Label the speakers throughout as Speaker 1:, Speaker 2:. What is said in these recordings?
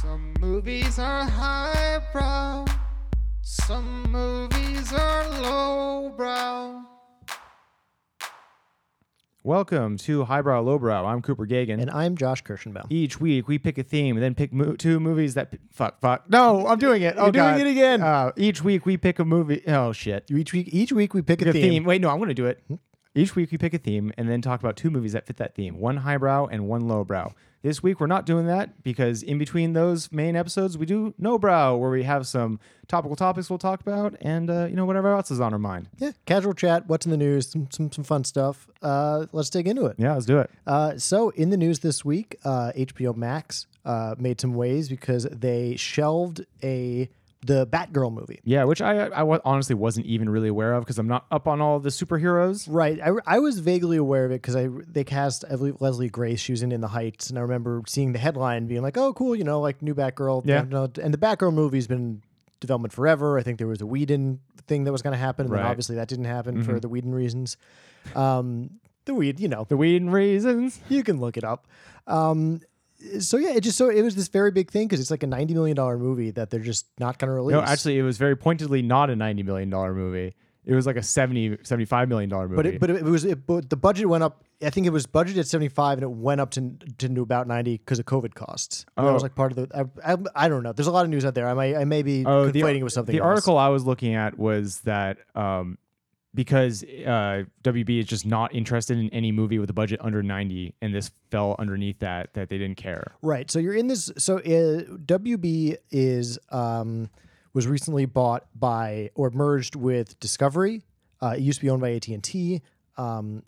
Speaker 1: Some movies are highbrow, some movies are lowbrow.
Speaker 2: Welcome to Highbrow Lowbrow. I'm Cooper Gagan.
Speaker 3: And I'm Josh Kirschenbaum.
Speaker 2: Each week we pick a theme and then pick mo- two movies that. P- fuck, fuck. No, I'm doing it. Oh,
Speaker 3: You're doing
Speaker 2: God.
Speaker 3: it again.
Speaker 2: Uh, each week we pick a movie. Oh, shit.
Speaker 3: Each week, each week we pick a
Speaker 2: Pick
Speaker 3: theme. Hmm?
Speaker 2: Wait, no, I'm going to do it. Each week we pick a theme and then talk about two movies that fit that theme one highbrow and one lowbrow. This week we're not doing that because in between those main episodes we do no brow where we have some topical topics we'll talk about and uh, you know whatever else is on our mind.
Speaker 3: Yeah, casual chat. What's in the news? Some some, some fun stuff. Uh, let's dig into it.
Speaker 2: Yeah, let's do it.
Speaker 3: Uh, so in the news this week, uh, HBO Max uh, made some waves because they shelved a the Batgirl movie.
Speaker 2: Yeah, which I I wa- honestly wasn't even really aware of because I'm not up on all the superheroes.
Speaker 3: Right. I, I was vaguely aware of it because I they cast I believe Leslie Grace. She was in In the Heights, and I remember seeing the headline and being like, "Oh, cool! You know, like new Batgirl."
Speaker 2: Yeah.
Speaker 3: You know, And the Batgirl movie's been in development forever. I think there was a Whedon thing that was going to happen, and then
Speaker 2: Right. Mm-hmm.
Speaker 3: obviously that didn't happen for the Whedon reasons. Um, the Whedon, you know,
Speaker 2: The Whedon reasons.
Speaker 3: you can look it up. Um, so yeah, it just so it was this very big thing because it's like a ninety million dollar movie that they're just not going to release.
Speaker 2: No, actually, it was very pointedly not a ninety million dollar movie. It was like a 70, 75 million dollar movie.
Speaker 3: But it, but it was it, but the budget went up. I think it was budgeted at seventy five, and it went up to to about ninety because of COVID costs. And That was
Speaker 2: Oh.
Speaker 3: like part of the. I, I, I don't know. There's a lot of news out there. I may I may be conflating it with something.
Speaker 2: Oh, The
Speaker 3: else.
Speaker 2: article I was looking at was that um, because uh, WB is just not interested in any movie with a budget under ninety, and this fell underneath that that they didn't care.
Speaker 3: Right. So you're in this. So uh, WB is um, was recently bought by or merged with Discovery. Uh, it used to be owned by AT and T. Um,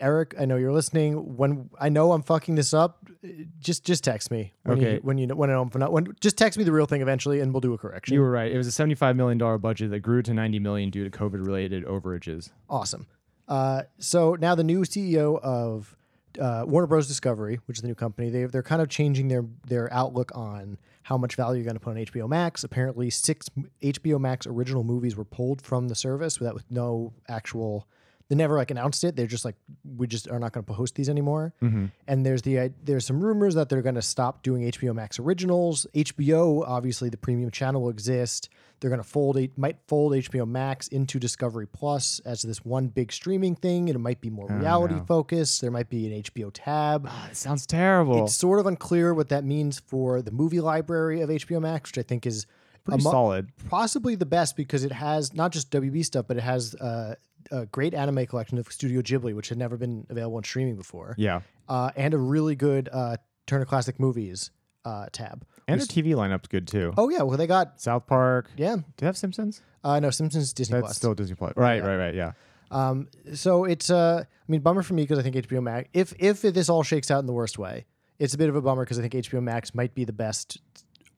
Speaker 3: Eric, I know you're listening. When I know I'm fucking this up, uh, just just text me. When
Speaker 2: Okay.
Speaker 3: You, when you know when I know I'm not when just text me the real thing eventually, and we'll do a correction.
Speaker 2: You were right. It was a seventy-five million dollar budget that grew to ninety million due to COVID-related overages.
Speaker 3: Awesome. Uh, so now the new CEO of uh, Warner Bros. Discovery, which is the new company, they, they're kind of changing their their outlook on how much value you're going to put on HBO Max. Apparently, six m- HBO Max original movies were pulled from the service without with no actual. They never like announced it. They're just like, we just are not going to host these anymore. And there's the i- there's some rumors that they're going to stop doing HBO Max originals. HBO, obviously, the premium channel will exist. They're going to fold it might fold HBO Max into Discovery Plus as this one big streaming thing. and It might be more reality focused. There might be an HBO tab.
Speaker 2: Ah, it sounds terrible.
Speaker 3: It's sort of unclear what that means for the movie library of HBO Max, which I think is
Speaker 2: Pretty
Speaker 3: amo-
Speaker 2: solid.
Speaker 3: possibly the best because it has not just WB stuff, but it has uh, a great anime collection of Studio Ghibli, which had never been available on streaming before,
Speaker 2: Yeah.
Speaker 3: uh, and a really good uh, Turner Classic Movies uh, tab.
Speaker 2: And their TV lineup's good too.
Speaker 3: Oh yeah, well they got
Speaker 2: South Park.
Speaker 3: yeah.
Speaker 2: Do they have Simpsons?
Speaker 3: Uh, no, Simpsons Disney
Speaker 2: That's
Speaker 3: Plus.
Speaker 2: still Disney Plus. Right, right, right. Yeah.
Speaker 3: Um, so it's uh, I mean, bummer for me because I think HBO Max. If if this all shakes out in the worst way, it's a bit of a bummer because I think HBO Max might be the best.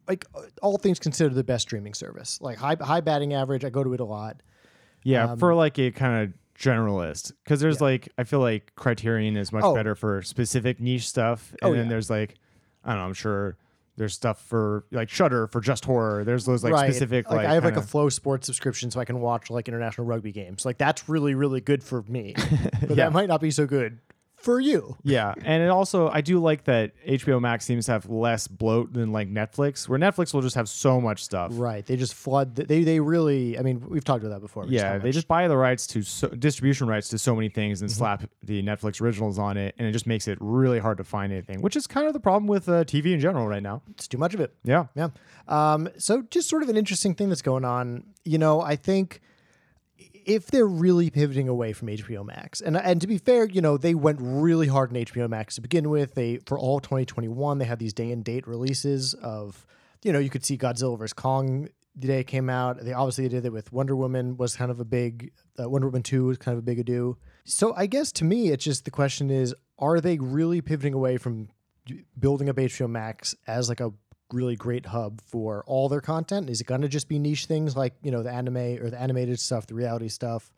Speaker 3: Like uh, all things considered, the best streaming service. Like high high batting average. I go to it a lot. Um,
Speaker 2: Yeah, for like a kind of generalist, because there's like I feel like Criterion is much
Speaker 3: Oh.
Speaker 2: better for specific niche stuff, and
Speaker 3: Oh,
Speaker 2: then
Speaker 3: yeah.
Speaker 2: there's like I don't know, I'm sure there's stuff for like Shutter for just horror. There's those like specific like,
Speaker 3: I have like a
Speaker 2: kinda-
Speaker 3: Flow Sports subscription, so I can watch like international rugby games. Like that's really really good for me, but that might not be so good for you.
Speaker 2: yeah, and it also I do like that HBO Max seems to have less bloat than like Netflix, where Netflix will just have so much stuff.
Speaker 3: Right? They just flood. The, they they really. I mean, we've talked about that before.
Speaker 2: Yeah, they just buy the rights to so, distribution rights to so many things
Speaker 3: Mm-hmm.
Speaker 2: and slap the Netflix originals on it, and it just makes it really hard to find anything, which is kind of the problem with uh, TV in general right now.
Speaker 3: it's too much of it.
Speaker 2: Yeah,
Speaker 3: Yeah. Um, so just sort of an interesting thing that's going on. You know, I think if they're really pivoting away from HBO Max, and and to be fair, you know, they went really hard in HBO Max to begin with. They for all 2021, they had these day and date releases of, you know, you could see Godzilla vs Kong the day it came out. They obviously did it with Wonder Woman was kind of a big uh, Wonder Woman 2 was kind of a big ado. So I guess to me, it's just the question is, are they really pivoting away from building up HBO Max as like a really great hub for all their content? Is it going to just be niche things like you know the anime or the animated stuff, the reality stuff,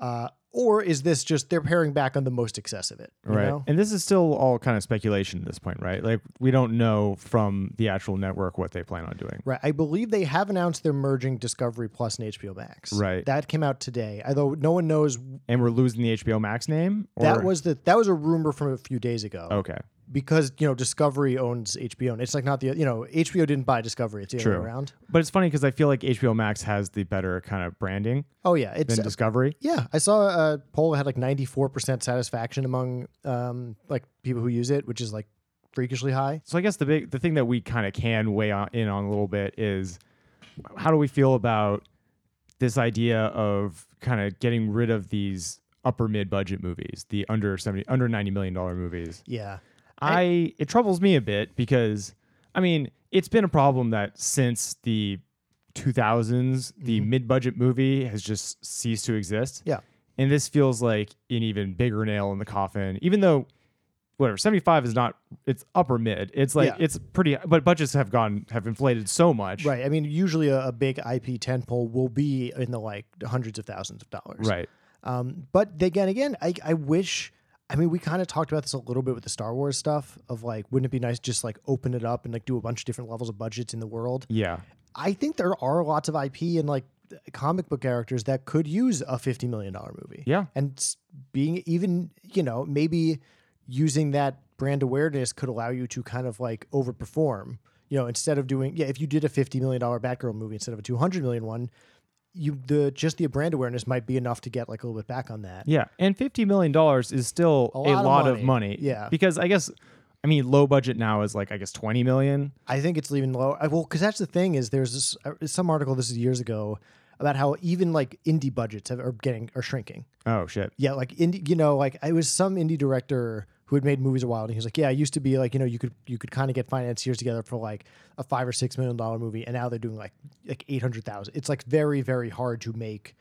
Speaker 3: uh, or is this just they're paring back on the most excess of it? you
Speaker 2: right.
Speaker 3: know?
Speaker 2: And this is still all kind of speculation at this point, right? Like we don't know from the actual network what they plan on doing.
Speaker 3: Right. I believe they have announced they're merging Discovery Plus and HBO Max.
Speaker 2: Right.
Speaker 3: That came out today. Although no one knows
Speaker 2: And we're losing the HBO Max name. Or, Oh.
Speaker 3: that was the that was a rumor from a few days ago.
Speaker 2: okay.
Speaker 3: because you know Discovery owns HBO, and it's like not the you know HBO didn't buy Discovery; it's the other way around.
Speaker 2: But it's funny because I feel like HBO Max has the better kind of branding
Speaker 3: Oh yeah, it's
Speaker 2: than Discovery.
Speaker 3: yeah. I saw a poll that had like ninety four percent satisfaction among um like people who use it, which is like freakishly high.
Speaker 2: So I guess the big the thing that we kind of can weigh on, in on a little bit is how do we feel about this idea of kind of getting rid of these upper mid budget movies, the under 70 under 90 million dollar movies.
Speaker 3: Yeah,
Speaker 2: I it troubles me a bit because I mean, it's been a problem that since the 2000s, the mid-budget movie has just ceased to exist.
Speaker 3: Mm-hmm. yeah.
Speaker 2: And this feels like an even bigger nail in the coffin, even though whatever 75 is not it's upper mid. It's like
Speaker 3: Yeah.
Speaker 2: it's pretty but budgets have gone have inflated so much.
Speaker 3: Right. I mean, usually a, a big IP tentpole will be in the like hundreds of thousands of dollars.
Speaker 2: Right.
Speaker 3: Um, but again, again, I, I wish. I mean, we kind of talked about this a little bit with the Star Wars stuff of like, wouldn't it be nice just like open it up and like do a bunch of different levels of budgets in the world?
Speaker 2: Yeah.
Speaker 3: I think there are lots of IP and like comic book characters that could use a fifty million dollar movie.
Speaker 2: Yeah.
Speaker 3: and s- being even you know maybe using that brand awareness could allow you to kind of like overperform. You know, instead of doing yeah, if you did a fifty million dollar Batgirl movie instead of a two hundred million one, you the just the brand awareness might be enough to get like a little bit back on that.
Speaker 2: Yeah, and fifty million dollars is still a
Speaker 3: lot
Speaker 2: lot,
Speaker 3: of
Speaker 2: of, money.
Speaker 3: money. Yeah.
Speaker 2: because I guess, I mean, low budget now is like I guess twenty million.
Speaker 3: I think it's even lower. I- Well, because that's the thing is there's this uh, some article this is years ago about how even like indie budgets have, are getting are shrinking.
Speaker 2: Oh shit!
Speaker 3: Yeah, like indie, you know, like I was some indie director who had made movies a while, and he was like, "Yeah, I used to be like, you know, you could you could kind of get financiers together for like a five or six million dollar movie, and now they're doing like like eight hundred thousand. It's like very very hard to make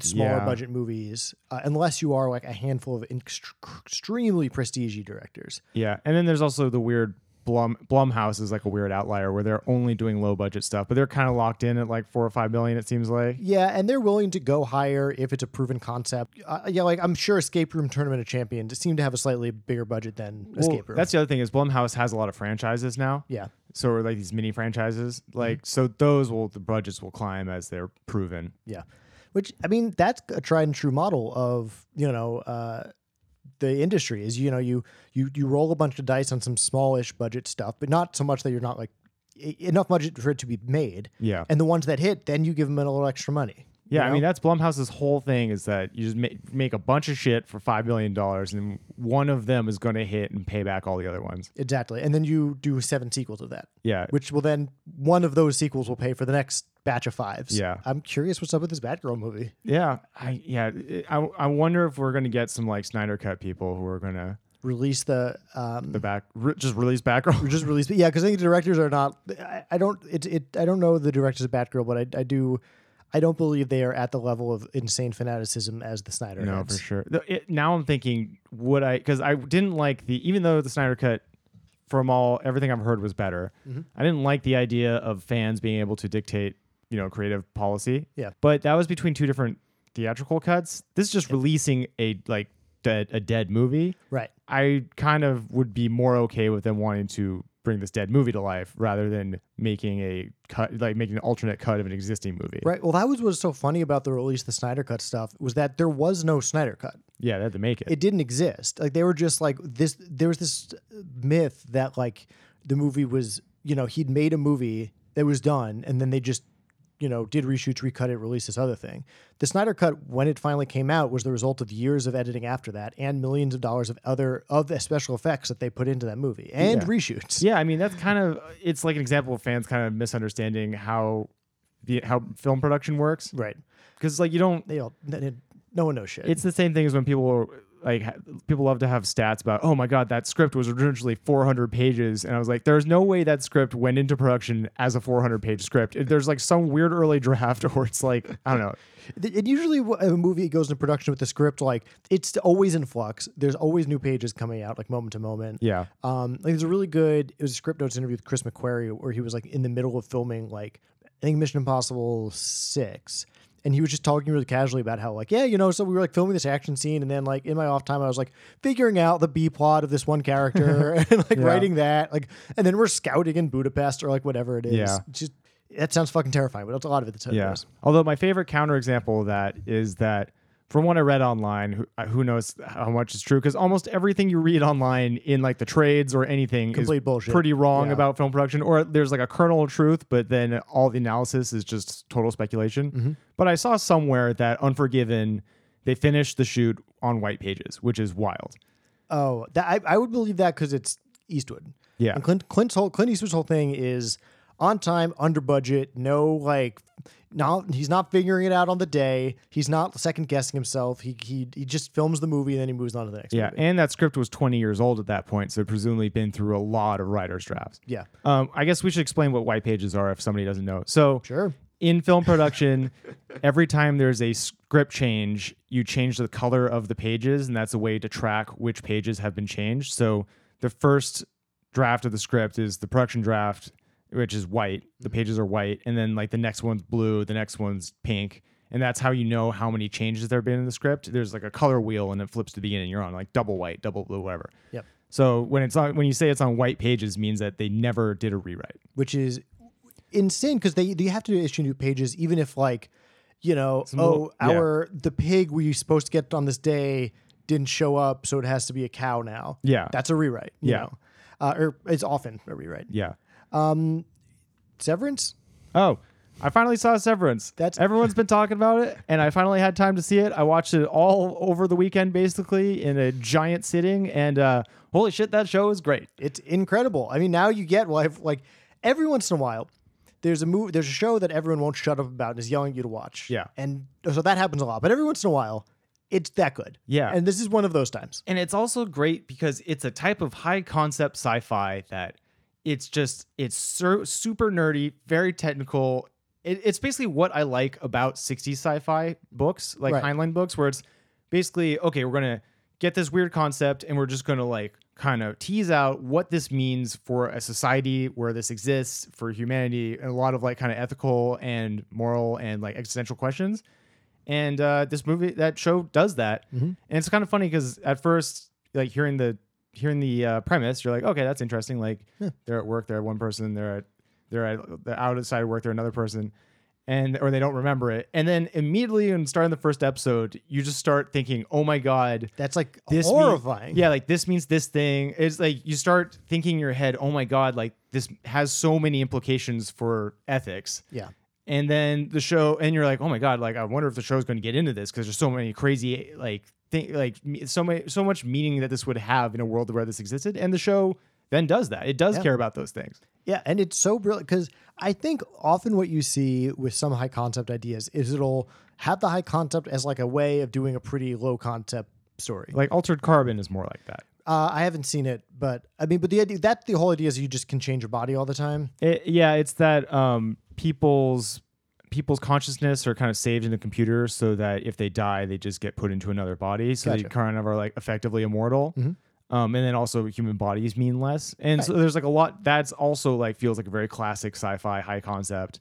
Speaker 3: smaller
Speaker 2: Yeah.
Speaker 3: budget movies uh, unless you are like a handful of ext- extremely prestige directors.
Speaker 2: Yeah, and then there's also the weird Blum Blumhouse is like a weird outlier where they're only doing low budget stuff, but they're kind of locked in at like four or five million. It seems like.
Speaker 3: Yeah, and they're willing to go higher if it's a proven concept. Uh, yeah, like I'm sure Escape Room Tournament of Champions seemed to have a slightly bigger budget than Escape Room.
Speaker 2: Well, that's the other thing is Blumhouse has a lot of franchises now.
Speaker 3: yeah.
Speaker 2: So or, like these mini franchises,
Speaker 3: Mm-hmm.
Speaker 2: like so those will the budgets will climb as they're proven.
Speaker 3: Yeah. Which I mean, that's a tried and true model of, you know, uh the industry is you know you you you roll a bunch of dice on some smallish budget stuff, but not so much that you're not like e- enough budget for it to be made.
Speaker 2: Yeah.
Speaker 3: And the ones that hit, then you give them a little extra money. you
Speaker 2: Yeah, I
Speaker 3: know?
Speaker 2: mean that's Blumhouse's whole thing is that you just make, make a bunch of shit for five million dollars, and one of them is going to hit and pay back all the other ones.
Speaker 3: exactly. And then you do seven sequels of that.
Speaker 2: Yeah,
Speaker 3: Which will then one of those sequels will pay for the next batch of fives.
Speaker 2: Yeah.
Speaker 3: I'm curious what's up with this Batgirl movie.
Speaker 2: yeah, I yeah, I, I wonder if we're going to get some like Snyder cut people who are going to
Speaker 3: Release the um
Speaker 2: the back re- just release Batgirl.
Speaker 3: just released. Yeah, because I think the directors are not. I, I don't. It, it. I don't know the directors of Batgirl, but I, I do. I don't believe they are at the level of insane fanaticism as the Snyder.
Speaker 2: no,
Speaker 3: heads.
Speaker 2: for sure. Though It, now I'm thinking, would I? Because I didn't like the even though the Snyder cut from all everything I've heard was better.
Speaker 3: Mm-hmm.
Speaker 2: I didn't like the idea of fans being able to dictate you know creative policy.
Speaker 3: Yeah.
Speaker 2: but that was between two different theatrical cuts. This is just releasing a like dead, a dead movie.
Speaker 3: Right.
Speaker 2: I kind of would be more okay with them wanting to bring this dead movie to life rather than making a cut like making an alternate cut of an existing movie.
Speaker 3: Right. Well, that was what's so funny about the release of the Snyder Cut stuff was that there was no Snyder Cut.
Speaker 2: Yeah, they had to make it.
Speaker 3: It didn't exist. Like they were just like this. There was this myth that like the movie was. You know, he'd made a movie that was done, and then they just. You know, did reshoots, recut it, release this other thing. The Snyder Cut, when it finally came out, was the result of years of editing after that and millions of dollars of other of the special effects that they put into that movie and
Speaker 2: Yeah.
Speaker 3: reshoots.
Speaker 2: Yeah, I mean that's kind of it's like an example of fans kind of misunderstanding how the how film production works
Speaker 3: Right.
Speaker 2: because like you don't.
Speaker 3: They all they- they- no one knows shit.
Speaker 2: It's the same thing as when people are, like ha- people love to have stats about oh my god that script was originally 400 pages and I was like there's no way that script went into production as a 400 page script. There's like some weird early draft or it's like I don't know.
Speaker 3: Th- And usually, wh- a movie goes into production with the script like it's always in flux. There's always new pages coming out, like moment to moment.
Speaker 2: Yeah.
Speaker 3: Um, like there's a really good. It was a script notes interview with Chris McQuarrie where he was like in the middle of filming like I think Mission Impossible Six, and he was just talking really casually about how like yeah you know so we were like filming this action scene and then like in my off time I was like figuring out the B plot of this one character and like writing that like and then we're scouting in Budapest or like whatever it is.
Speaker 2: Yeah.
Speaker 3: Just that sounds fucking terrifying, but that's a lot of it. That's how it
Speaker 2: Yeah.
Speaker 3: goes.
Speaker 2: Although my favorite counterexample of that is that from what I read online, who, uh, who knows how much is true? Because almost everything you read online in like the trades or anything
Speaker 3: Complete
Speaker 2: is
Speaker 3: bullshit.
Speaker 2: pretty wrong
Speaker 3: Yeah.
Speaker 2: about film production, or there's like a kernel of truth, but then all the analysis is just total speculation.
Speaker 3: Mm-hmm.
Speaker 2: But I saw somewhere that Unforgiven, they finished the shoot on white pages, which is wild.
Speaker 3: Oh, that I, I would believe that because it's Eastwood.
Speaker 2: Yeah.
Speaker 3: And Clint Clint's whole Clint Eastwood's whole thing is on time, under budget, no like not he's not figuring it out on the day. He's not second guessing himself. He he he just films the movie and then he moves on to the next
Speaker 2: Yeah,
Speaker 3: movie.
Speaker 2: and that script was 20 years old at that point, so it'd presumably been through a lot of writer's drafts.
Speaker 3: Yeah.
Speaker 2: Um, I guess we should explain what white pages are if somebody doesn't know. So,
Speaker 3: Sure.
Speaker 2: in film production, every time there's a script change, you change the color of the pages, and that's a way to track which pages have been changed. So, the first draft of the script is the production draft, which is white. The pages are white, and then like the next one's blue, the next one's pink. And that's how you know how many changes there have been in the script. There's like a color wheel and it flips to the beginning. You're on like double white, double blue, whatever.
Speaker 3: Yep.
Speaker 2: So when it's on when you say it's on white pages means that they never did a rewrite.
Speaker 3: Which is insane because they they have to issue new pages even if like you know oh
Speaker 2: little- yeah.
Speaker 3: our the pig we were supposed to get on this day didn't show up so it has to be a cow now
Speaker 2: Yeah.
Speaker 3: that's a rewrite you
Speaker 2: Yeah.
Speaker 3: know? uh, or it's often a rewrite
Speaker 2: Yeah.
Speaker 3: Severance?
Speaker 2: Oh, I finally saw Severance.
Speaker 3: That's-
Speaker 2: everyone's been talking about it, and I finally had time to see it. I watched it all over the weekend, basically in a giant sitting, and uh, holy shit, that show is great.
Speaker 3: It's incredible. I mean, now you get well, I've, like every once in a while, there's a movie, there's a show that everyone won't shut up about and is yelling at you to watch.
Speaker 2: Yeah.
Speaker 3: and so that happens a lot. But every once in a while, it's that good.
Speaker 2: Yeah.
Speaker 3: and this is one of those times.
Speaker 2: and it's also great because it's a type of high concept sci-fi that it's just it's sur- super nerdy very technical it, it's basically what i like about 60s sci-fi books like
Speaker 3: Right.
Speaker 2: heinlein books where it's basically okay we're gonna get this weird concept and we're just gonna like kind of tease out what this means for a society where this exists for humanity and a lot of like kind of ethical and moral and like existential questions and uh, this movie that show does that and it's kind of funny because at first like hearing the hearing the uh, premise you're like okay that's interesting like they're at work they're at one person they're at they're at they're outside of work they're another person and or they don't remember it and then immediately and starting the first episode you just start thinking oh my god
Speaker 3: That's like
Speaker 2: this mean-
Speaker 3: horrifying.
Speaker 2: yeah, like this means this thing. It's like you start thinking in your head, oh my god, like this has so many implications for ethics.
Speaker 3: yeah.
Speaker 2: And then the show, and you're like, oh my god, like I wonder if the show's going to get into this because there's so many crazy like thing, like me- so many, so much meaning that this would have in a world where this existed. And the show then does that. It does care about those things.
Speaker 3: Yeah, and it's so brilliant because I think often what you see with some high concept ideas is it'll have the high concept as like a way of doing a pretty low concept story.
Speaker 2: Like Altered Carbon is more like that.
Speaker 3: Uh, I haven't seen it, but I mean, but the idea that the whole idea is you just can change your body all the time.
Speaker 2: It, yeah, it's that um, people's people's consciousness are kind of saved in the computer, so that if they die, they just get put into another body. So they
Speaker 3: Gotcha.
Speaker 2: kind of are like effectively immortal. Um, and then also human bodies mean less, and so there's like a lot that's also like feels like a very classic sci-fi high concept,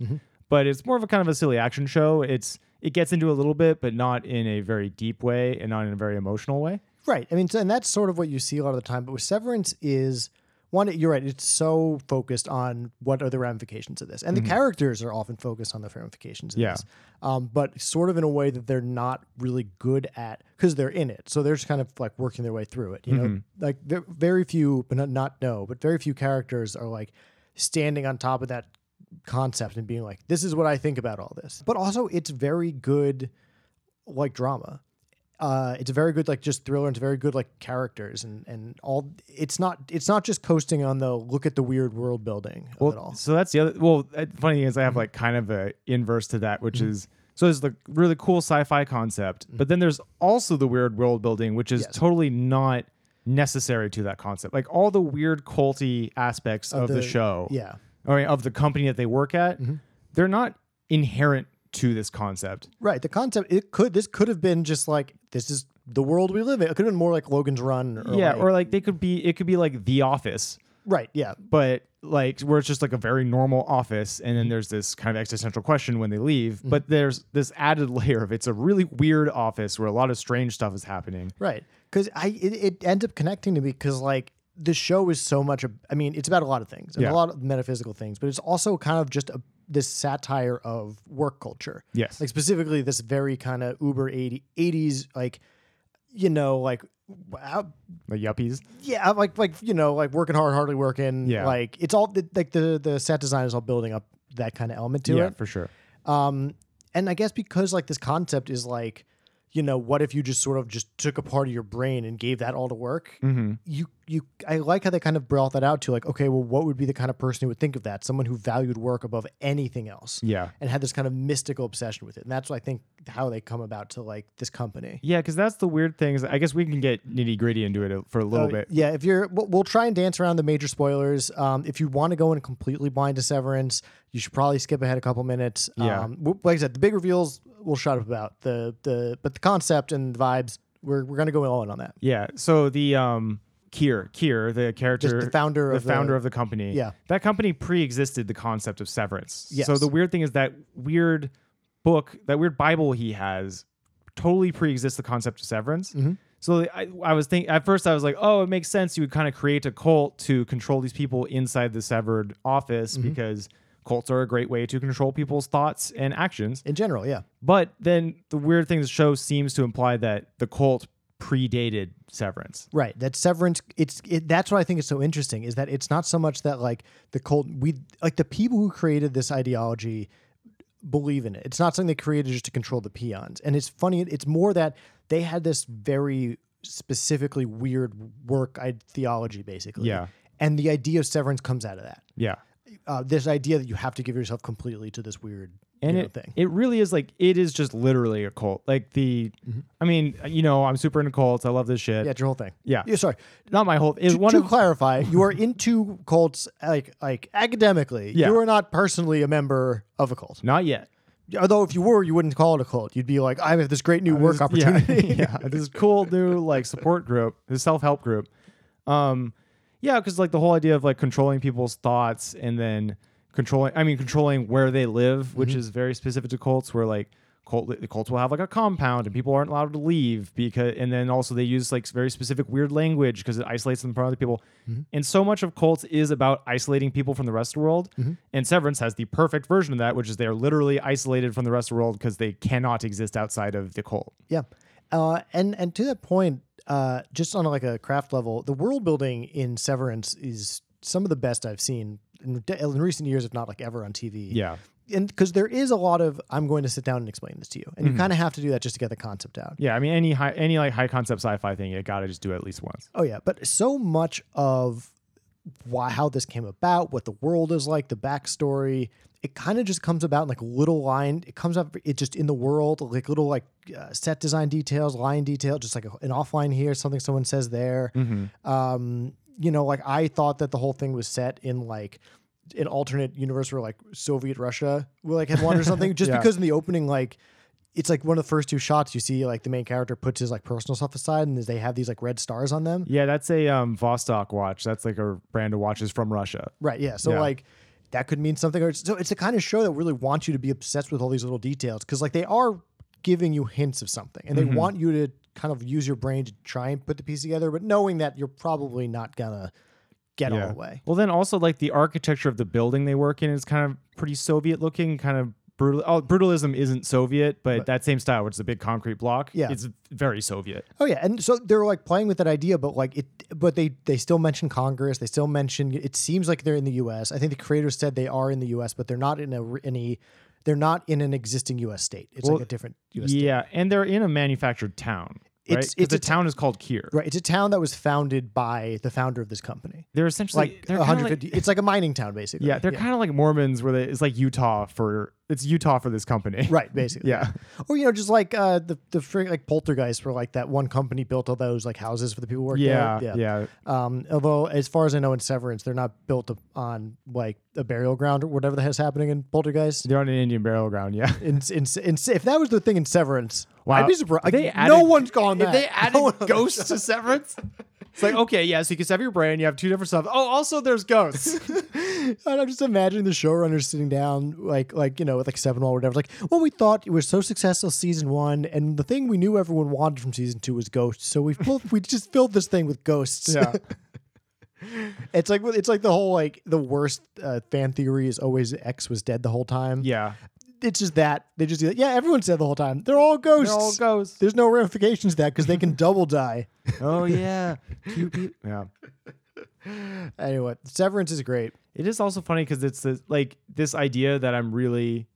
Speaker 2: but it's more of a kind of a silly action show. It's it gets into a little bit, but not in a very deep way and not in a very emotional way.
Speaker 3: Right. I mean, so, and that's sort of what you see a lot of the time. But with Severance is one. You're right. It's so focused on what are the ramifications of this, and the characters are often focused on the ramifications of
Speaker 2: Yeah.
Speaker 3: this. Um, but sort of in a way that they're not really good at because they're in it. So they're just kind of like working their way through it. You know, like there, very few, but not, not no, but very few characters are like standing on top of that concept and being like, this is what I think about all this. But also, it's very good like drama. Uh, it's a very good like just thriller. And it's very good like characters and and all. It's not it's not just coasting on the look at the weird world building of it all.
Speaker 2: So that's the other. Well, uh, funny thing is, I have like kind of a inverse to that, which is so there's the really cool sci-fi concept, but then there's also the weird world building, which is totally not necessary to that concept. Like all the weird culty aspects of, the, Mm-hmm.
Speaker 3: the-
Speaker 2: show,
Speaker 3: Yeah,
Speaker 2: or of the company that they work at, they're not inherent to this concept.
Speaker 3: right. The concept it could this could have been just like this is the world we live in. It could have been more like Logan's Run. Or
Speaker 2: yeah,
Speaker 3: like-
Speaker 2: or like they could be. It could be like The Office.
Speaker 3: right. Yeah,
Speaker 2: but like where it's just like a very normal office and then there's this kind of existential question when they leave
Speaker 3: Mm-hmm.
Speaker 2: but there's this added layer of it's a really weird office where a lot of strange stuff is happening
Speaker 3: Right. Because I it, it ends up connecting to me because like the show is so much. ab- I mean, it's about a lot of things and
Speaker 2: Yeah.
Speaker 3: a lot of metaphysical things, but it's also kind of just a, this satire of work culture.
Speaker 2: Yes.
Speaker 3: like specifically this very kind of Uber 80, 80s, like you know, like out,
Speaker 2: the yuppies.
Speaker 3: yeah, I'm like like you know, like working hard, hardly working.
Speaker 2: Yeah.
Speaker 3: like it's all the, like the the set design is all building up that kind of element to
Speaker 2: yeah,
Speaker 3: it.
Speaker 2: for sure.
Speaker 3: Um, and I guess because like this concept is like, you know, what if you just sort of just took a part of your brain and gave that all to work?
Speaker 2: hmm
Speaker 3: You you I like how they kind of brought that out to like, okay, well, what would be the kind of person who would think of that? Someone who valued work above anything else.
Speaker 2: Yeah.
Speaker 3: And had this kind of mystical obsession with it, and that's what I think how they come about to like this company.
Speaker 2: Yeah, because that's the weird thing. Is I guess we can get nitty gritty into it a- for a little
Speaker 3: Uh,
Speaker 2: bit.
Speaker 3: Yeah, if you're, we'll, we'll try and dance around the major spoilers. Um, if you want to go in completely blind to Severance, you should probably skip ahead a couple minutes.
Speaker 2: Yeah.
Speaker 3: Um, w- like I said, the big reveals we'll shut up about the the, but the concept and the vibes, we're we're gonna go all in on that.
Speaker 2: Yeah. So the um Kier, Kier, the character,
Speaker 3: Just the founder
Speaker 2: the
Speaker 3: of uh, the-
Speaker 2: founder of the company.
Speaker 3: Yeah.
Speaker 2: That company pre-existed the concept of severance.
Speaker 3: Yes.
Speaker 2: So the weird thing is that weird book, that weird Bible he has, totally pre-exists the concept of severance.
Speaker 3: Mm-hmm.
Speaker 2: So I, I was thinking at first I was like, oh, it makes sense. You would kind of create a cult to control these people inside the severed office
Speaker 3: Mm-hmm.
Speaker 2: because cults are a great way to control people's thoughts and actions.
Speaker 3: In general, yeah,
Speaker 2: But then the weird thing the show seems to imply that the cult predated Severance.
Speaker 3: right. That Severance, it's it, that's what I think is so interesting is that it's not so much that like the cult we like the people who created this ideology believe in it. It's not something they created just to control the peons. And it's funny. It's more that they had this very specifically weird work I- theology, basically.
Speaker 2: Yeah.
Speaker 3: And the idea of severance comes out of that.
Speaker 2: Yeah.
Speaker 3: Uh, this idea that you have to give yourself completely to this weird you
Speaker 2: And
Speaker 3: know,
Speaker 2: it,
Speaker 3: thing.
Speaker 2: it really is like it is just literally a cult. Like the I mean, you know, I'm super into cults. I love this shit.
Speaker 3: Mm-hmm. yeah, it's your whole thing.
Speaker 2: Yeah.
Speaker 3: Yeah, sorry.
Speaker 2: Not my whole is one
Speaker 3: to
Speaker 2: of
Speaker 3: clarify, you are into cults like like academically.
Speaker 2: Yeah.
Speaker 3: You are not personally a member of a cult.
Speaker 2: not yet.
Speaker 3: Although if you were, you wouldn't call it a cult. You'd be like, I have this great new work opportunity.
Speaker 2: Yeah, yeah. This cool new like support group, this self help group. Um, yeah, because like the whole idea of like controlling people's thoughts and then controlling, I mean, controlling where they live, which is very specific to cults, where like cult the cults will have like a compound and people aren't allowed to leave because, and then also they use like very specific weird language because it isolates them from other people. And so much of cults is about isolating people from the rest of the world. And Severance has the perfect version of that, which is they are literally isolated from the rest of the world because they cannot exist outside of the cult.
Speaker 3: Yeah, uh, and and to that point, uh, just on like a craft level, the world building in Severance is some of the best I've seen in, in recent years, if not like ever on TV.
Speaker 2: Yeah.
Speaker 3: and because there is a lot of I'm going to sit down and explain this to you, and you
Speaker 2: Mm-hmm.
Speaker 3: kind of have to do that just to get the concept out.
Speaker 2: Yeah, I mean any high any like high concept sci-fi thing, you gotta just do it at least once.
Speaker 3: Oh yeah, but so much of why how this came about, what the world is like, the backstory, it kind of just comes about in like little line. It comes up, it just in the world, like little like uh, set design details, line detail, just like a, an offline here, something someone says there. Um, you know, like I thought that the whole thing was set in like an alternate universe where like Soviet Russia will like had won or something, just
Speaker 2: Yeah.
Speaker 3: because in the opening like it's like one of the first two shots you see like the main character puts his like personal stuff aside and they have these like red stars on them.
Speaker 2: Yeah, that's a um, Vostok watch. That's like a brand of watches from Russia.
Speaker 3: Right. Yeah. So
Speaker 2: Yeah.
Speaker 3: like that could mean something. Or so it's the kind of show that really wants you to be obsessed with all these little details because like they are giving you hints of something and they want you to kind of use your brain to try and put the piece together, but knowing that you're probably not gonna get all the way.
Speaker 2: Well, then also like the architecture of the building they work in is kind of pretty Soviet looking, kind of brutal. Oh, brutalism isn't Soviet, but, that same style, which is a big concrete block.
Speaker 3: Yeah.
Speaker 2: it's very Soviet.
Speaker 3: Oh yeah, and so they're like playing with that idea, but like it, but they they still mention Congress. They still mention. It seems like they're in the U.S. I think the creators said they are in the U.S., but they're not in a any. They're not in an existing U.S. state. It's
Speaker 2: Well,
Speaker 3: like a different U.S. state.
Speaker 2: Yeah, and they're in a manufactured town. Right?
Speaker 3: It's-
Speaker 2: 'Cause
Speaker 3: it's
Speaker 2: the
Speaker 3: a t-
Speaker 2: town is called Kier.
Speaker 3: Right. It's a town that was founded by the founder of this company.
Speaker 2: They're essentially
Speaker 3: like
Speaker 2: they're kinda
Speaker 3: 150 it's like a mining town basically
Speaker 2: yeah, they're kind of like Mormons, where they, it's like Utah for it's Utah for this company.
Speaker 3: right basically
Speaker 2: Yeah.
Speaker 3: or you know just like uh the the frig, like poltergeist where like that one company built all those like houses for the people who work
Speaker 2: Yeah,
Speaker 3: there
Speaker 2: yeah.
Speaker 3: um although as far as i know in severance they're not built up on like a burial ground or whatever the hell's happening in poltergeist
Speaker 2: They're on an Indian burial ground. Yeah.
Speaker 3: in, in, in, if that was the thing in severance
Speaker 2: Wow.
Speaker 3: i'd be surprised
Speaker 2: They
Speaker 3: Like, no
Speaker 2: added-
Speaker 3: one's gone that
Speaker 2: They
Speaker 3: No
Speaker 2: added
Speaker 3: one-
Speaker 2: ghosts to Severance. It's like okay, yeah. So you can sever your brain. You have two different stuff. Oh, also there's ghosts.
Speaker 3: And I'm just imagining the showrunners sitting down, like like you know, with like seven or whatever. Like, well, we thought it was so successful season one, and the thing we knew everyone wanted from season two was ghosts. So we filled, we just filled this thing with ghosts.
Speaker 2: yeah.
Speaker 3: It's like it's like the whole like the worst uh, fan theory is always X was dead the whole time.
Speaker 2: Yeah.
Speaker 3: it's just that they just do that. Yeah, everyone's dead the whole time. They're all ghosts.
Speaker 2: goes.
Speaker 3: There's no ramifications to that because they can double die.
Speaker 2: oh yeah. Two people. Yeah.
Speaker 3: Anyway, Severance is great.
Speaker 2: It is also funny because it's this, like this idea that I'm really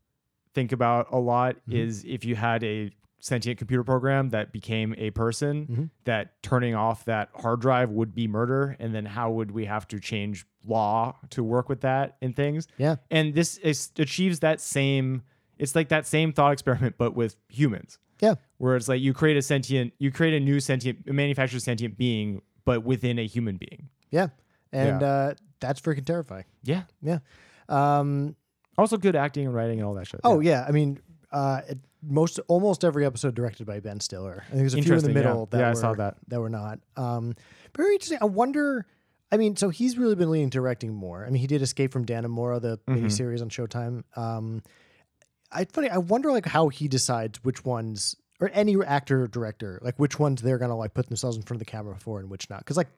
Speaker 2: think about a lot
Speaker 3: Mm-hmm.
Speaker 2: is if you had a sentient computer program that became a person,
Speaker 3: Mhm.
Speaker 2: that turning off that hard drive would be murder, and then how would we have to change law to work with that and things?
Speaker 3: Yeah.
Speaker 2: And this is, achieves that same. It's like that same thought experiment, but with humans.
Speaker 3: Yeah.
Speaker 2: where it's like you create a sentient, you create a new sentient, manufactured sentient being, but within a human being.
Speaker 3: Yeah. And
Speaker 2: Yeah.
Speaker 3: Uh, that's freaking terrifying.
Speaker 2: Yeah.
Speaker 3: Yeah. Um,
Speaker 2: Also, good acting and writing and all that shit.
Speaker 3: oh, yeah. I mean, uh, it- most almost every episode directed by Ben Stiller. I think there's a few in the
Speaker 2: Interesting, yeah.
Speaker 3: middle that
Speaker 2: Yeah, I
Speaker 3: were,
Speaker 2: saw that.
Speaker 3: that were not. Um, very interesting. I wonder. I mean, so he's really been leaning to directing more. I mean, he did Escape from Dannemora, the
Speaker 2: Mm-hmm.
Speaker 3: miniseries on Showtime. Um, I it's funny. I wonder like how he decides which ones or any actor or director like which ones they're gonna like put themselves in front of the camera for and which not. Because like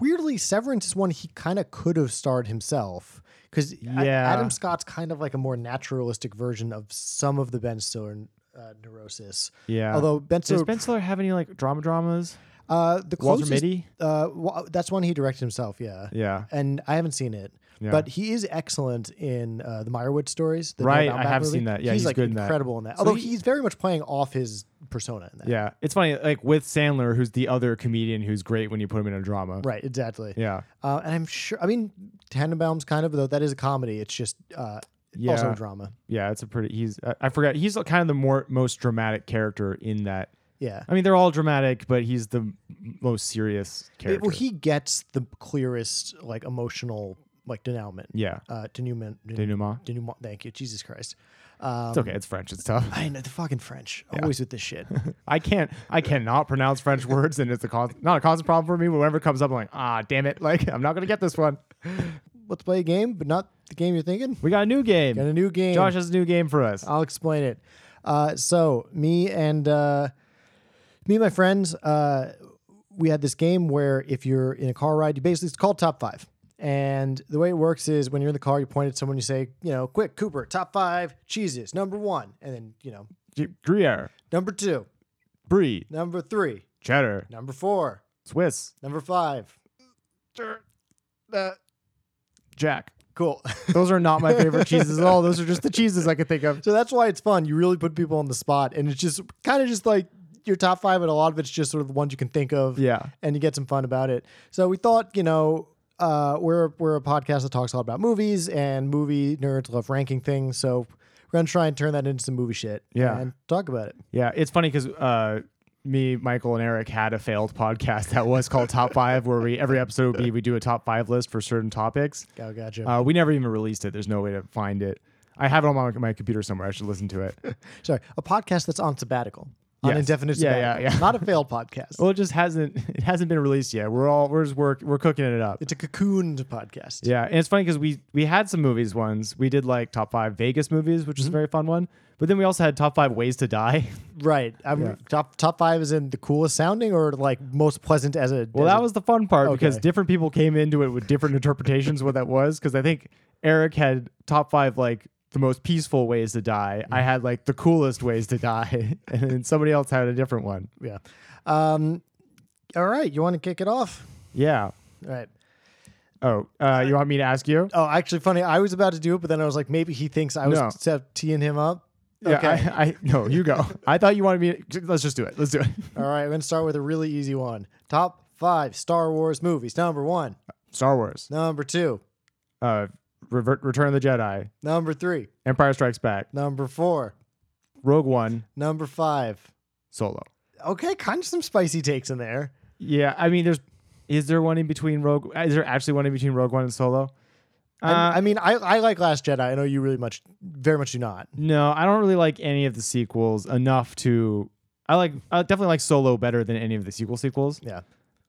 Speaker 3: weirdly, Severance is one he kind of could have starred himself. Because
Speaker 2: Yeah.
Speaker 3: Adam Scott's kind of like a more naturalistic version of some of the Ben Stiller uh, neurosis.
Speaker 2: Yeah.
Speaker 3: Although Ben
Speaker 2: Does
Speaker 3: Stiller,
Speaker 2: Ben Stiller have any like drama dramas?
Speaker 3: uh, the
Speaker 2: Walter
Speaker 3: closest,
Speaker 2: Mitty?
Speaker 3: uh, wa- that's one he directed himself. Yeah.
Speaker 2: Yeah.
Speaker 3: And I haven't seen it.
Speaker 2: Yeah.
Speaker 3: But he is excellent in uh, the Meyerwood stories. The
Speaker 2: Right,
Speaker 3: Neil
Speaker 2: I
Speaker 3: Baumbach
Speaker 2: have
Speaker 3: movie.
Speaker 2: seen that. Yeah,
Speaker 3: he's,
Speaker 2: he's
Speaker 3: like
Speaker 2: good in that.
Speaker 3: incredible in that.
Speaker 2: So
Speaker 3: Although
Speaker 2: he-
Speaker 3: he's very much playing off his persona in that.
Speaker 2: Yeah. It's funny, like with Sandler, who's the other comedian who's great when you put him in a drama.
Speaker 3: Right, exactly.
Speaker 2: Yeah.
Speaker 3: Uh, and I'm sure. I mean, Tannenbaum's kind of though. That is a comedy. It's just uh, also
Speaker 2: Yeah.
Speaker 3: a drama.
Speaker 2: Yeah. It's a pretty, he's, I, I forgot, he's kind of the more, most dramatic character in that.
Speaker 3: Yeah.
Speaker 2: I mean, they're all dramatic, but he's the m- most serious
Speaker 3: It-
Speaker 2: character.
Speaker 3: well, he gets the clearest like emotional like denouement.
Speaker 2: yeah.
Speaker 3: Uh, denouement. Denouement.
Speaker 2: Denouement.
Speaker 3: denouement thank you, Jesus Christ. Um,
Speaker 2: It's okay. It's French. It's tough.
Speaker 3: I know the fucking French. Always with this shit.
Speaker 2: I can't, I cannot pronounce French words, and it's a cause, not a constant problem for me. But whenever it comes up, I'm like, ah, damn it. Like, I'm not going to get this one.
Speaker 3: Let's play a game, but not the game you're thinking.
Speaker 2: We got a new game.
Speaker 3: Got a new game.
Speaker 2: Josh has a new game for us.
Speaker 3: I'll explain it. Uh, so me and uh, me and my friends, uh, we had this game where if you're in a car ride, you basically it's called top five. And the way it works is when you're in the car, you point at someone, you say, you know, quick, Cooper, top five cheeses, number one, and then you know,
Speaker 2: Gruyere,
Speaker 3: number two,
Speaker 2: brie,
Speaker 3: number three,
Speaker 2: cheddar,
Speaker 3: number four,
Speaker 2: Swiss,
Speaker 3: number five. Uh,
Speaker 2: Jack.
Speaker 3: cool.
Speaker 2: Those are not my favorite cheeses at all. Those are just the cheeses I could think of.
Speaker 3: So that's why it's fun. You really put people on the spot, and it's just kind of just like your top five, and a lot of it's just sort of the ones you can think of.
Speaker 2: Yeah.
Speaker 3: and you get some fun about it. So we thought, you know, uh, we're we're a podcast that talks a lot about movies, and movie nerds love ranking things. So we're gonna try and turn that into some movie shit.
Speaker 2: Yeah.
Speaker 3: and talk about it.
Speaker 2: Yeah, it's funny because uh, me, Michael, and Eric had a failed podcast that was called Top Five, where we every episode would be we do a top five list for certain topics.
Speaker 3: Oh, gotcha.
Speaker 2: Uh, we never even released it. There's no way to find it. I have it on my, my computer somewhere. I should listen to it.
Speaker 3: Sorry, a podcast that's on sabbatical, on
Speaker 2: Yes.
Speaker 3: indefinite
Speaker 2: Yeah, yeah,
Speaker 3: sabbatical.
Speaker 2: yeah.
Speaker 3: Not a failed podcast.
Speaker 2: Well, it just hasn't it hasn't been released yet. We're all we're just work we're cooking it up.
Speaker 3: it's a cocooned podcast.
Speaker 2: Yeah, and it's funny because we we had some movies ones. We did like top five Vegas movies, which is
Speaker 3: Mm-hmm.
Speaker 2: a very fun one. But then we also had top five ways to die.
Speaker 3: Right. I'm top top five is in the coolest sounding or like most pleasant as a.
Speaker 2: Well,
Speaker 3: as
Speaker 2: that
Speaker 3: a-
Speaker 2: was the fun part because
Speaker 3: Okay.
Speaker 2: different people came into it with different interpretations of what that was. Because I think Eric had top five like the most peaceful ways to die.
Speaker 3: Mm-hmm.
Speaker 2: I had like the coolest ways to die, and then somebody else had a different one.
Speaker 3: yeah. Um, all right, you want to kick it off?
Speaker 2: Yeah.
Speaker 3: All right.
Speaker 2: Oh, uh, you want me to ask you?
Speaker 3: Oh, actually, funny. I was about to do it, but then I was like, maybe he thinks I was
Speaker 2: No.
Speaker 3: se- teeing him up.
Speaker 2: Yeah. I, I no, you go. I thought you wanted me. To, let's just do it. Let's do it.
Speaker 3: All right, I'm gonna start with a really easy one. Top five Star Wars movies. Number one.
Speaker 2: Star Wars.
Speaker 3: Number two.
Speaker 2: Uh, revert, Return of the Jedi.
Speaker 3: Number three.
Speaker 2: Empire Strikes Back.
Speaker 3: Number four.
Speaker 2: Rogue One.
Speaker 3: Number five.
Speaker 2: Solo.
Speaker 3: Okay, kind of some spicy takes in there.
Speaker 2: Yeah, I mean, there's. Is there one in between Rogue? Is there actually one in between Rogue One and Solo? Uh,
Speaker 3: I, I mean, I, I like Last Jedi. I know you really much, very much do not.
Speaker 2: No, I don't really like any of the sequels enough to. I like I definitely like Solo better than any of the sequel sequels.
Speaker 3: Yeah.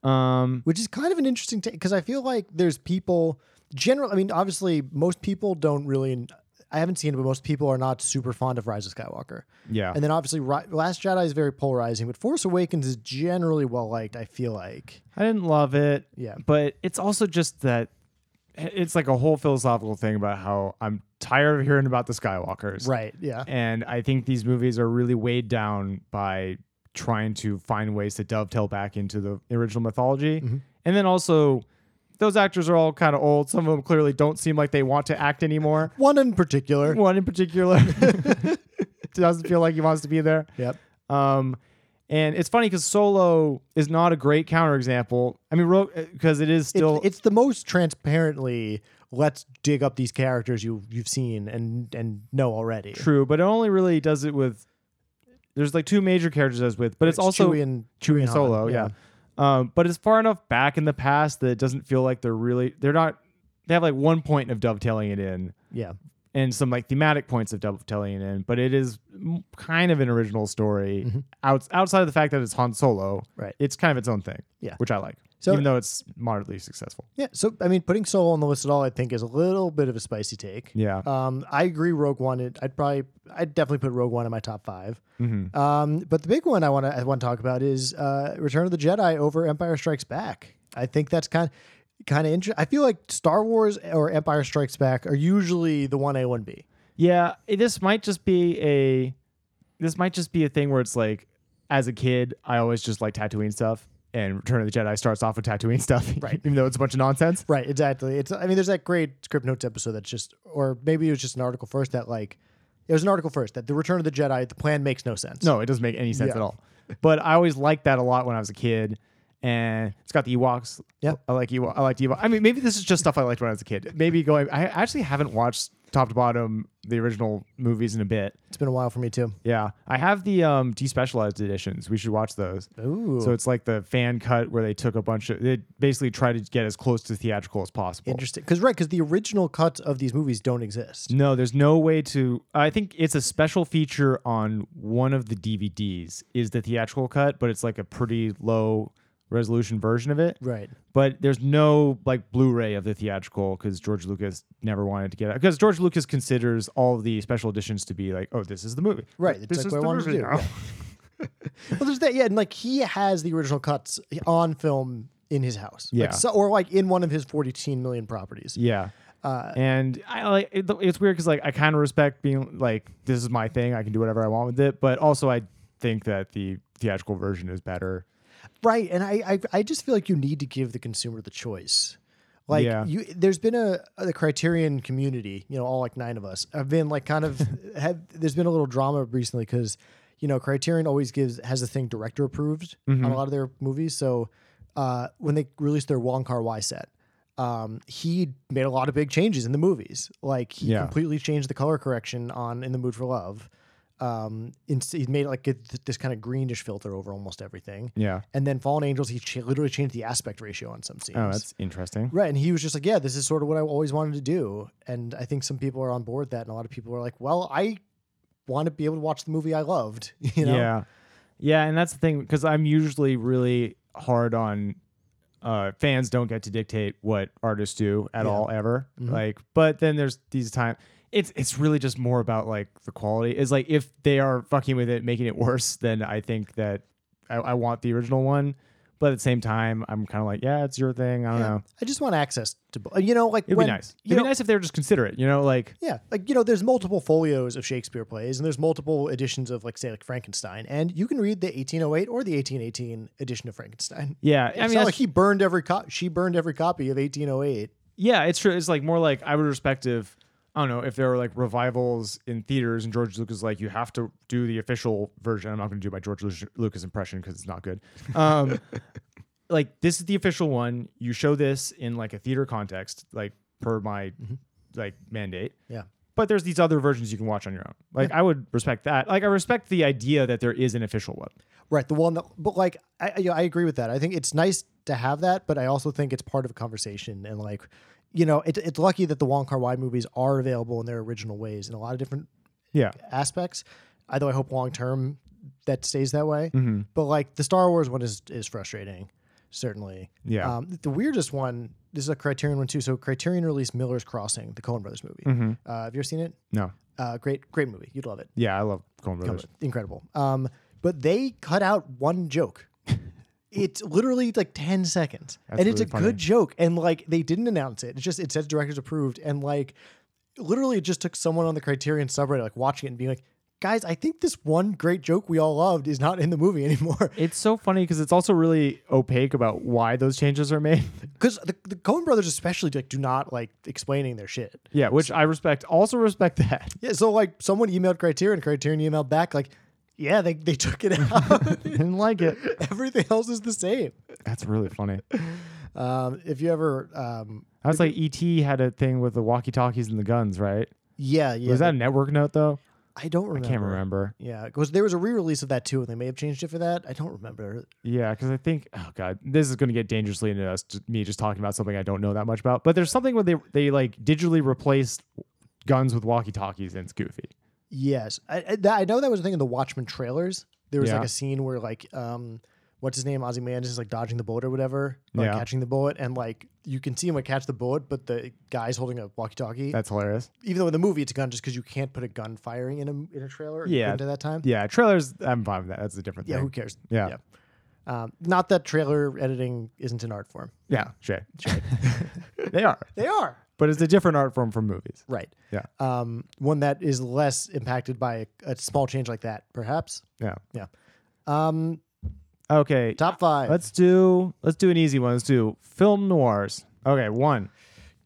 Speaker 2: Um,
Speaker 3: which is kind of an interesting take because I feel like there's people general. I mean, obviously, most people don't really. I haven't seen it, but most people are not super fond of Rise of Skywalker.
Speaker 2: Yeah.
Speaker 3: And then obviously, Ri- Last Jedi is very polarizing, but Force Awakens is generally well liked. I feel like
Speaker 2: I didn't love it.
Speaker 3: Yeah.
Speaker 2: But it's also just that it's like a whole philosophical thing about how I'm tired of hearing about the Skywalkers.
Speaker 3: right, yeah,
Speaker 2: And I think these movies are really weighed down by trying to find ways to dovetail back into the original mythology.
Speaker 3: Mm-hmm.
Speaker 2: And then also, those actors are all kind of old. Some of them clearly don't seem like they want to act anymore.
Speaker 3: one in particular.
Speaker 2: One in particular doesn't feel like he wants to be there.
Speaker 3: Yep.
Speaker 2: Um, and it's funny because Solo is not a great counterexample. I mean, because it is
Speaker 3: It-
Speaker 2: still
Speaker 3: it's the most transparently. Let's dig up these characters you you've seen and and know already.
Speaker 2: true, but it only really does it with. There's like two major characters it does with, but it's, also
Speaker 3: Chewie and
Speaker 2: Chewie and
Speaker 3: Han,
Speaker 2: Solo, yeah. Um, but it's far enough back in the past that it doesn't feel like they're really they're not they have like one point of dovetailing it in
Speaker 3: yeah,
Speaker 2: and some like thematic points of dovetailing it in, but it is m- kind of an original story outs outside of the fact that it's Han Solo.
Speaker 3: Mm-hmm. Right.
Speaker 2: It's kind of its own thing.
Speaker 3: Yeah.
Speaker 2: Which I like.
Speaker 3: So-
Speaker 2: even though it's moderately successful.
Speaker 3: yeah. So I mean, putting Solo on the list at all, I think, is a little bit of a spicy take.
Speaker 2: Yeah.
Speaker 3: Um, I agree. Rogue One. It, I'd probably, I'd definitely put Rogue One in my top 5
Speaker 2: Mm-hmm.
Speaker 3: Um, but the big one I want to, I want to talk about is uh, Return of the Jedi over Empire Strikes Back. I think that's kind, kind of interesting. I feel like Star Wars or Empire Strikes Back are usually the one A one B.
Speaker 2: Yeah, it- this might just be a this might just be a thing where it's like as a kid, I always just like Tatooine stuff and Return of the Jedi starts off with Tatooine stuff,
Speaker 3: Right.
Speaker 2: even though it's a bunch of nonsense.
Speaker 3: Right. Exactly. It's. I mean, there's that great script notes episode that's just, or maybe it was just an article first that like, it was an article first that the Return of the Jedi the plan makes no sense.
Speaker 2: No, it doesn't make any sense
Speaker 3: Yeah.
Speaker 2: at all. But I always liked that a lot when I was a kid. And it's got the Ewoks.
Speaker 3: Yep.
Speaker 2: I like Ewok. I liked Ewok. I mean, maybe this is just stuff I liked when I was a kid. Maybe going. I actually haven't watched top to bottom the original movies in a bit.
Speaker 3: It's been a while for me too.
Speaker 2: Yeah, I have the um despecialized editions. We should watch those.
Speaker 3: Ooh.
Speaker 2: So it's like the fan cut where they took a bunch of. They basically tried to get as close to theatrical as possible.
Speaker 3: Interesting, because right, because the original cuts of these movies don't exist.
Speaker 2: No, there's no way to. I think it's a special feature on one of the DVDs is the theatrical cut, but it's like a pretty low resolution version of it.
Speaker 3: Right.
Speaker 2: But there's no like Blu-ray of the theatrical because George Lucas never wanted to get it because George Lucas considers all the special editions to be like, oh, this is the movie.
Speaker 3: Right, it's
Speaker 2: This
Speaker 3: like
Speaker 2: is
Speaker 3: what I
Speaker 2: the
Speaker 3: wanted to
Speaker 2: movie
Speaker 3: do,
Speaker 2: now.
Speaker 3: yeah. Well, there's that. Yeah, and like he has the original cuts on film in his house. Like,
Speaker 2: Yeah.
Speaker 3: so, or like in one of his 14 million properties.
Speaker 2: Yeah.
Speaker 3: Uh,
Speaker 2: and I like it, it's weird because like I kind of respect being like this is my thing I can do whatever I want with it but also I think that the theatrical version is better
Speaker 3: Right, and I, I I just feel like you need to give the consumer the choice. Like
Speaker 2: Yeah.
Speaker 3: you, there's been a the Criterion community, you know, all like nine of us have been like kind of have. There's been a little drama recently because you know Criterion always gives has a thing director approved
Speaker 2: Mm-hmm.
Speaker 3: on a lot of their movies. So uh, when they released their Wong Kar Wai set, um, he made a lot of big changes in the movies. Like he
Speaker 2: Yeah.
Speaker 3: completely changed the color correction on "In the Mood for Love." Um, inst- he made like it- this kind of greenish filter over almost everything.
Speaker 2: yeah
Speaker 3: And then Fallen Angels, he ch- literally changed the aspect ratio on some scenes.
Speaker 2: oh that's interesting
Speaker 3: right. And he was just like, yeah, this is sort of what I always wanted to do. And I think some people are on board with that. And a lot of people are like, well, I want to be able to watch the movie I loved, you know?
Speaker 2: yeah yeah and that's the thing because I'm usually really hard on uh fans don't get to dictate what artists do at
Speaker 3: Yeah. Mm-hmm.
Speaker 2: all ever like but then there's these time it's it's really just more about like the quality is like if they are fucking with it making it worse then I think that I, I want the original one but at the same time I'm kind of like yeah it's your thing I don't know
Speaker 3: I just want access to, bo- you know, like
Speaker 2: it'd
Speaker 3: when,
Speaker 2: be nice
Speaker 3: you
Speaker 2: it'd
Speaker 3: know-
Speaker 2: be nice if they were just considerate you know like
Speaker 3: Yeah, like you know, there's multiple folios of Shakespeare plays, and there's multiple editions of, like, say, like Frankenstein, and you can read the 1808 or the 1818 edition of Frankenstein.
Speaker 2: yeah I
Speaker 3: I
Speaker 2: mean
Speaker 3: mean,
Speaker 2: that's
Speaker 3: like he burned every cop, she burned every copy of 1808.
Speaker 2: Yeah, it's true. It's like more like I would respect if I don't know if there were like revivals in theaters and George Lucas is like you have to do the official version. I'm not going to do my George Lu- Lucas impression because it's not good. Um, like this is the official one. You show this in like a theater context, like per my like mandate.
Speaker 3: Yeah.
Speaker 2: But there's these other versions you can watch on your own. Like I would respect that. Like I respect the idea that there is an official one.
Speaker 3: Right. The one that, but like, I, I- you know, I agree with that. I think it's nice to have that, but I also think it's part of a conversation. And like, you know, it, it's lucky that the Wong Kar Wai movies are available in their original ways in a lot of different
Speaker 2: Yeah.
Speaker 3: aspects. I though I hope long term that stays that way. But like the Star Wars one is is frustrating, certainly.
Speaker 2: Yeah.
Speaker 3: Um, the weirdest one this is a Criterion one too. So Criterion released Miller's Crossing, the Coen Brothers movie. Uh, have you ever seen it?
Speaker 2: No.
Speaker 3: Uh, great, great movie. You'd love it.
Speaker 2: Yeah, I love Coen Brothers.
Speaker 3: Incredible. Um, but they cut out one joke. It's literally like 10 seconds. and it's
Speaker 2: really
Speaker 3: a
Speaker 2: funny.
Speaker 3: good joke. And like they didn't announce it. It's just it says directors approved. And like literally it just took someone on the Criterion subreddit like watching it and being like, guys, I think this one great joke we all loved is not in the movie anymore.
Speaker 2: It's so funny because it's also really opaque about why those changes are made.
Speaker 3: Because the, the Coen brothers especially like do not like explaining their shit.
Speaker 2: yeah, which I respect. Also respect that.
Speaker 3: Yeah, so like someone emailed Criterion, Criterion emailed back like, yeah, they, they took it out.
Speaker 2: Didn't like it.
Speaker 3: Everything else is the same.
Speaker 2: That's really funny.
Speaker 3: Um, if you ever, um,
Speaker 2: I was like, ET had a thing with the walkie talkies and the guns, right?
Speaker 3: yeah, yeah.
Speaker 2: Was that a network note though?
Speaker 3: I don't remember.
Speaker 2: I can't remember.
Speaker 3: Yeah, because there was a re-release of that too, and they may have changed it for that. I don't remember.
Speaker 2: Yeah, because I think, oh god, this is going to get dangerously into us, just me just talking about something I don't know that much about. But there's something where they they like digitally replace guns with walkie talkies, and it's goofy.
Speaker 3: Yes, I, I, that, I know that was a thing in the Watchmen trailers. There was like
Speaker 2: Yeah.
Speaker 3: a scene where like, um, what's his name, Ozymandias is like dodging the bullet or whatever, or, like,
Speaker 2: Yeah.
Speaker 3: catching the bullet, and like you can see him like catch the bullet, but the guy's holding a walkie-talkie.
Speaker 2: That's hilarious.
Speaker 3: Even though in the movie it's a gun, just because you can't put a gun firing in a in a trailer. you
Speaker 2: Yeah.
Speaker 3: couldn't at that time.
Speaker 2: Yeah, trailers. I'm fine with that. That's a different
Speaker 3: Yeah, who
Speaker 2: thing.
Speaker 3: cares?
Speaker 2: Yeah.
Speaker 3: Um, not that trailer editing isn't an art form.
Speaker 2: Yeah, sure. they are,
Speaker 3: They are.
Speaker 2: but it's a different art form from movies.
Speaker 3: Right.
Speaker 2: Yeah,
Speaker 3: Um, one that is less impacted by a, a small change like that, perhaps.
Speaker 2: yeah.
Speaker 3: Yeah. Um,
Speaker 2: Okay,
Speaker 3: top 5
Speaker 2: let's do let's do an easy one. Let's do film noirs. Okay, one,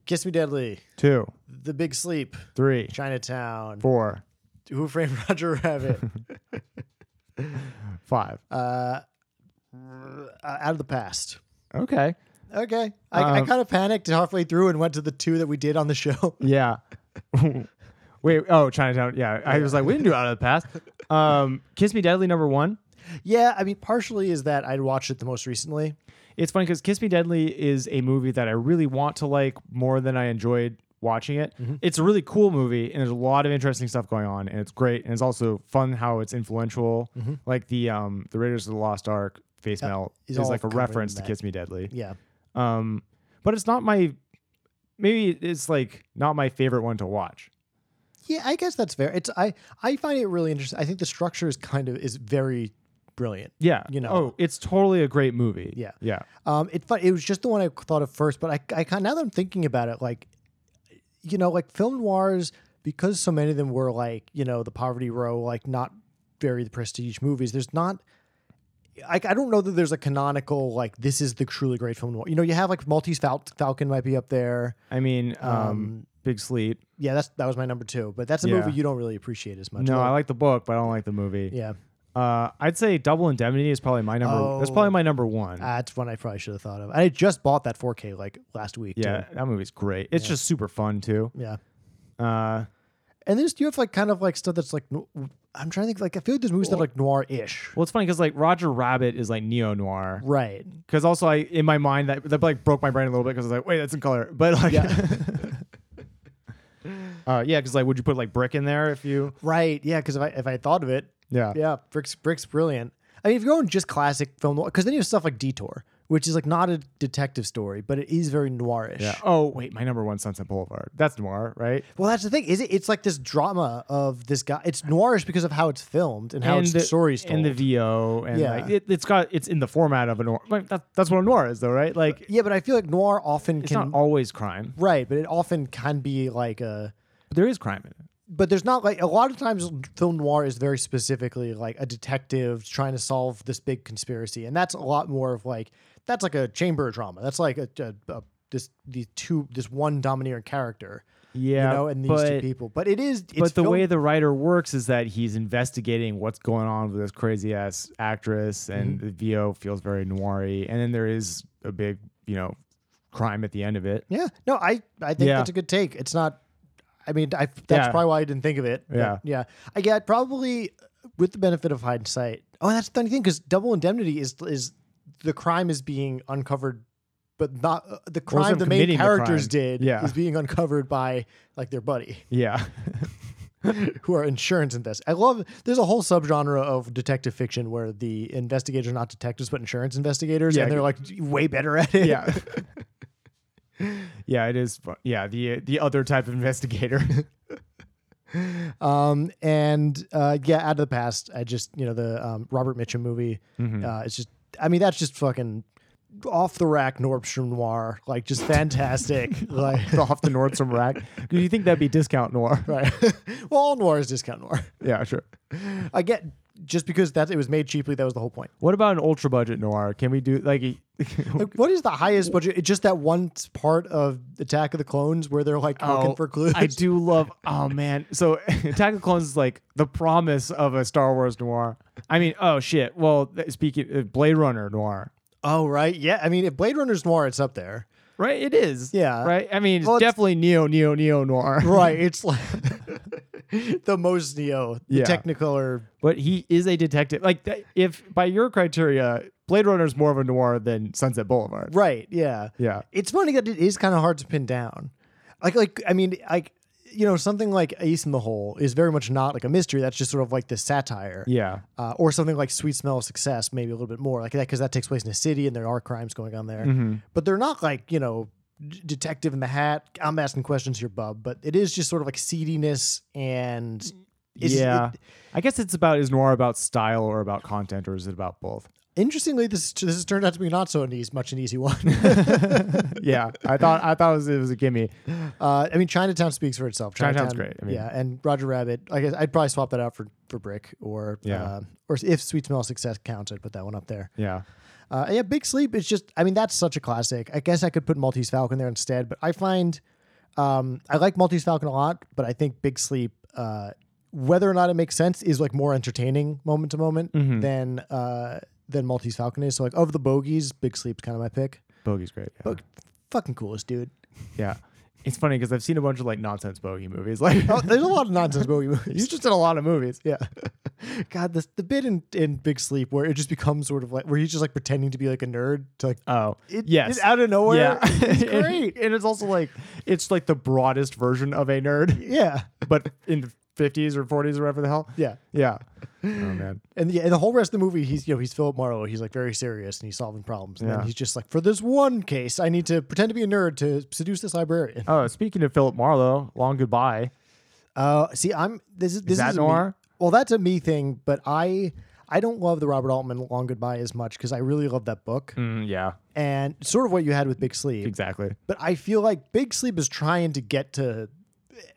Speaker 3: Kiss Me Deadly,
Speaker 2: two,
Speaker 3: The Big Sleep,
Speaker 2: three,
Speaker 3: Chinatown,
Speaker 2: four,
Speaker 3: Who Framed Roger Rabbit,
Speaker 2: five.
Speaker 3: uh, Out of the Past.
Speaker 2: Okay.
Speaker 3: Okay. I, I kind of panicked halfway through and went to the two that we did on the show.
Speaker 2: Yeah. Wait. Oh, Chinatown. Yeah. I was like, we didn't do out of the past. Um, Kiss Me Deadly number one.
Speaker 3: yeah, I mean, partially is that I'd watched it the most recently.
Speaker 2: It's funny because Kiss Me Deadly is a movie that I really want to like more than I enjoyed watching it.
Speaker 3: Mm-hmm.
Speaker 2: It's a really cool movie, and there's a lot of interesting stuff going on, and it's great, and it's also fun how it's influential.
Speaker 3: Mm-hmm.
Speaker 2: Like the um the Raiders of the Lost Ark face melt
Speaker 3: is
Speaker 2: is
Speaker 3: all
Speaker 2: like a
Speaker 3: covered in
Speaker 2: reference to
Speaker 3: that.
Speaker 2: Kiss Me Deadly.
Speaker 3: Yeah.
Speaker 2: Um, but it's not my maybe it's like not my favorite one to watch.
Speaker 3: Yeah, I guess that's fair. It's I I find it really interesting. I think the structure is kind of is very brilliant.
Speaker 2: Yeah.
Speaker 3: You know.
Speaker 2: Oh, it's totally a great movie.
Speaker 3: Yeah.
Speaker 2: Yeah.
Speaker 3: Um, it fu- it was just the one I thought of first, but I I kind now that I'm thinking about it, like, you know, like film noirs because so many of them were like you know the Poverty Row, like not very the prestige movies. There's not. I, I don't know that there's a canonical like this is the truly great film noir. You know, you have like Maltese Fal- Falcon might be up there.
Speaker 2: I mean, um, Big Sleep.
Speaker 3: Yeah, that's that was my number two, but that's a
Speaker 2: Yeah.
Speaker 3: movie you don't really appreciate as much.
Speaker 2: No, I
Speaker 3: Like-
Speaker 2: like the book, but I don't like the movie.
Speaker 3: yeah,
Speaker 2: Uh, I'd say Double Indemnity is probably my number. That's
Speaker 3: Oh.
Speaker 2: probably my number one.
Speaker 3: that's one I probably should have thought of. I just bought that 4K like last week.
Speaker 2: yeah,
Speaker 3: too.
Speaker 2: that movie's great. It's just super fun too.
Speaker 3: yeah.
Speaker 2: Uh,
Speaker 3: And then you have like kind of like stuff that's like no- I'm trying to think like I feel like there's movies that are like noir ish.
Speaker 2: well, it's funny because like Roger Rabbit is like neo noir.
Speaker 3: Right.
Speaker 2: Because also, I in my mind that that like broke my brain a little bit because I was like, wait, that's in color. But like, yeah, uh, yeah, because like, would you put like brick in there if you?
Speaker 3: Right. Yeah. Because if I if I thought of it,
Speaker 2: Yeah,
Speaker 3: yeah, Brick's Brick's brilliant. I mean, if you're going just classic film noir, because then you have stuff like Detour, which is like not a detective story, but it is very noirish.
Speaker 2: Yeah. Oh wait, my number one Sunset Boulevard. That's noir, right?
Speaker 3: Well, that's the thing. Is it? It's like this drama of this guy. It's noirish because of how it's filmed and how
Speaker 2: and
Speaker 3: it's
Speaker 2: the
Speaker 3: stories told.
Speaker 2: and the VO and
Speaker 3: Yeah.
Speaker 2: like it, it's got it's in the format of a noir. Like, that, that's what a noir is though, right? Like
Speaker 3: yeah, but I feel like noir often
Speaker 2: it's
Speaker 3: Uh, can
Speaker 2: not always crime.
Speaker 3: right, but it often can be like a
Speaker 2: But there is crime in it.
Speaker 3: but there's not like a lot of times film noir is very specifically like a detective trying to solve this big conspiracy and that's a lot more of like that's like a chamber drama that's like a, a, a this the two this one domineering character
Speaker 2: Yeah,
Speaker 3: you know and these two
Speaker 2: but-
Speaker 3: people but it is it's
Speaker 2: but the
Speaker 3: film-
Speaker 2: way the writer works is that he's investigating what's going on with this crazy ass actress, and
Speaker 3: Mm-hmm.
Speaker 2: the VO feels very noir and then there is a big, you know, crime at the end of it.
Speaker 3: yeah no i i think
Speaker 2: Yeah.
Speaker 3: that's a good take it's not i mean i that's
Speaker 2: Yeah.
Speaker 3: probably why i didn't think of it But,
Speaker 2: Yeah.
Speaker 3: yeah i get probably with the benefit of hindsight oh that's the funny thing because double indemnity is is the crime is being uncovered but not uh, the
Speaker 2: it's
Speaker 3: crime
Speaker 2: them
Speaker 3: the main
Speaker 2: committing the
Speaker 3: characters
Speaker 2: crime.
Speaker 3: did
Speaker 2: Yeah.
Speaker 3: is being uncovered by like their buddy
Speaker 2: Yeah,
Speaker 3: who are insurance invest. I love there's a whole subgenre of detective fiction where the investigators are not detectives but insurance investigators
Speaker 2: Yeah.
Speaker 3: and they're like way better at it.
Speaker 2: yeah. yeah, it is. fu- Yeah, the the other type of investigator.
Speaker 3: Um, and uh, yeah, out of the past, I just you know the um, Robert Mitchum movie. Uh, it's just, I mean, that's just fucking off the rack Nordstrom noir, like just fantastic. like,
Speaker 2: off the Nordstrom rack. Do you think that'd be discount noir?
Speaker 3: right? well, all noir is discount noir.
Speaker 2: Yeah, sure.
Speaker 3: I get just because that it was made cheaply. That was the whole point.
Speaker 2: What about an ultra budget noir? Can we do like? a-
Speaker 3: Like, what is the highest budget? It's just that one part of Attack of the Clones where they're like looking for clues.
Speaker 2: Oh, I do love. Oh man, so Attack of the Clones is like the promise of a Star Wars noir. I mean, oh shit. Well, th- speaking uh, Blade Runner noir,
Speaker 3: Oh right, yeah. I mean, if Blade Runner's noir, it's up there.
Speaker 2: right? It is.
Speaker 3: Yeah.
Speaker 2: Right. I mean, it's
Speaker 3: Well, it's-
Speaker 2: definitely neo neo neo noir.
Speaker 3: Right, it's like the most neo, the
Speaker 2: Yeah.
Speaker 3: Technicolor.
Speaker 2: But he is a detective. Like that, if by your criteria, Blade Runner is more of a noir than Sunset Boulevard.
Speaker 3: Right, yeah.
Speaker 2: Yeah.
Speaker 3: It's funny that it is kind of hard to pin down. Like, like I mean, like you know, something like Ace in the Hole is very much not like a mystery. That's just sort of like the satire,
Speaker 2: Yeah.
Speaker 3: uh, or something like Sweet Smell of Success, maybe a little bit more like that because that takes place in a city and there are crimes going on there.
Speaker 2: Mm-hmm.
Speaker 3: But they're not like you know, d- Detective in the Hat. I'm asking questions here, bub. But it is just sort of like seediness and it's-
Speaker 2: yeah.
Speaker 3: it-
Speaker 2: I guess it's about is noir about style or about content or is it about both?
Speaker 3: Interestingly, this this has turned out to be not so an easy, much an easy one.
Speaker 2: yeah. I thought I thought it was, it was a gimme.
Speaker 3: uh, I mean, Chinatown speaks for itself.
Speaker 2: Chinatown's great. I mean-
Speaker 3: yeah, and Roger Rabbit. I guess I'd probably swap that out for for Brick or
Speaker 2: Yeah.
Speaker 3: uh, or if Sweet Smell Success counts, I'd put that one up there.
Speaker 2: Yeah.
Speaker 3: Uh, yeah, Big Sleep is just. I mean, that's such a classic. I guess I could put Maltese Falcon there instead, but I find um, I like Maltese Falcon a lot, but I think Big Sleep. Uh, whether or not it makes sense is like more entertaining moment to moment
Speaker 2: Mm-hmm.
Speaker 3: than uh, than Maltese Falcon is. So like of the bogeys, Big Sleep's kind of my pick.
Speaker 2: Bogey's great. Yeah.
Speaker 3: But fucking coolest dude.
Speaker 2: yeah. It's funny because I've seen a bunch of like nonsense bogey movies. Like
Speaker 3: Oh, there's a lot of nonsense bogey movies.
Speaker 2: you just did a lot of movies.
Speaker 3: Yeah. God, this, the bit in, in Big Sleep where it just becomes sort of like where he's just like pretending to be like a nerd to like
Speaker 2: Oh.
Speaker 3: it,
Speaker 2: yes.
Speaker 3: it- out of nowhere.
Speaker 2: yeah.
Speaker 3: It's
Speaker 2: And-
Speaker 3: great.
Speaker 2: and it's also like it's like the broadest version of a nerd,
Speaker 3: yeah.
Speaker 2: but in the 50s or 40s or whatever the hell.
Speaker 3: Yeah.
Speaker 2: Yeah. Oh man.
Speaker 3: And yeah, and the whole rest of the movie, he's you know he's Philip Marlowe. He's like very serious and he's solving problems. And
Speaker 2: Yeah.
Speaker 3: then he's just like, for this one case, I need to pretend to be a nerd to seduce this librarian.
Speaker 2: Oh, speaking of Philip Marlowe, long goodbye.
Speaker 3: Uh, see, I'm this is this
Speaker 2: that
Speaker 3: is a me-
Speaker 2: noir?
Speaker 3: well, that's a me thing, but I I don't love the Robert Altman Long Goodbye as much because I really love that book
Speaker 2: Mm, yeah,
Speaker 3: and sort of what you had with Big Sleep.
Speaker 2: exactly.
Speaker 3: but I feel like Big Sleep is trying to get to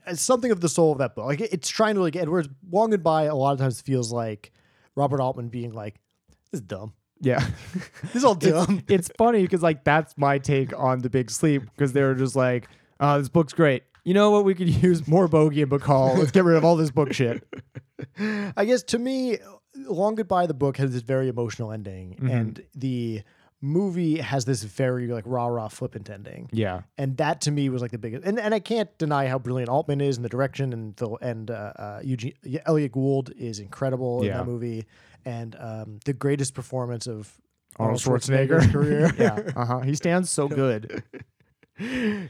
Speaker 3: uh, something of the soul of that book. Like it- it's trying to like Edwards Long Goodbye. A lot of times feels like Robert Altman being like, "This is dumb.
Speaker 2: Yeah.
Speaker 3: This is all dumb."
Speaker 2: it's funny because like that's my take on the big sleep because they were just like, oh, this book's great. You know what? We could use more Bogey and Bacall. Let's get rid of all this book shit.
Speaker 3: I guess to me, Long Goodbye the book has this very emotional ending, and the movie has this very like rah rah flippant ending.
Speaker 2: Yeah.
Speaker 3: And that to me was like the biggest, and, and I can't deny how brilliant Altman is in the direction, and the and uh, uh, Eugene yeah, Elliot Gould is incredible in
Speaker 2: Yeah.
Speaker 3: that movie, and um, the greatest performance of
Speaker 2: Arnold Schwarzenegger's
Speaker 3: Schwarzenegger's career.
Speaker 2: Yeah. Uh huh. He stands so good.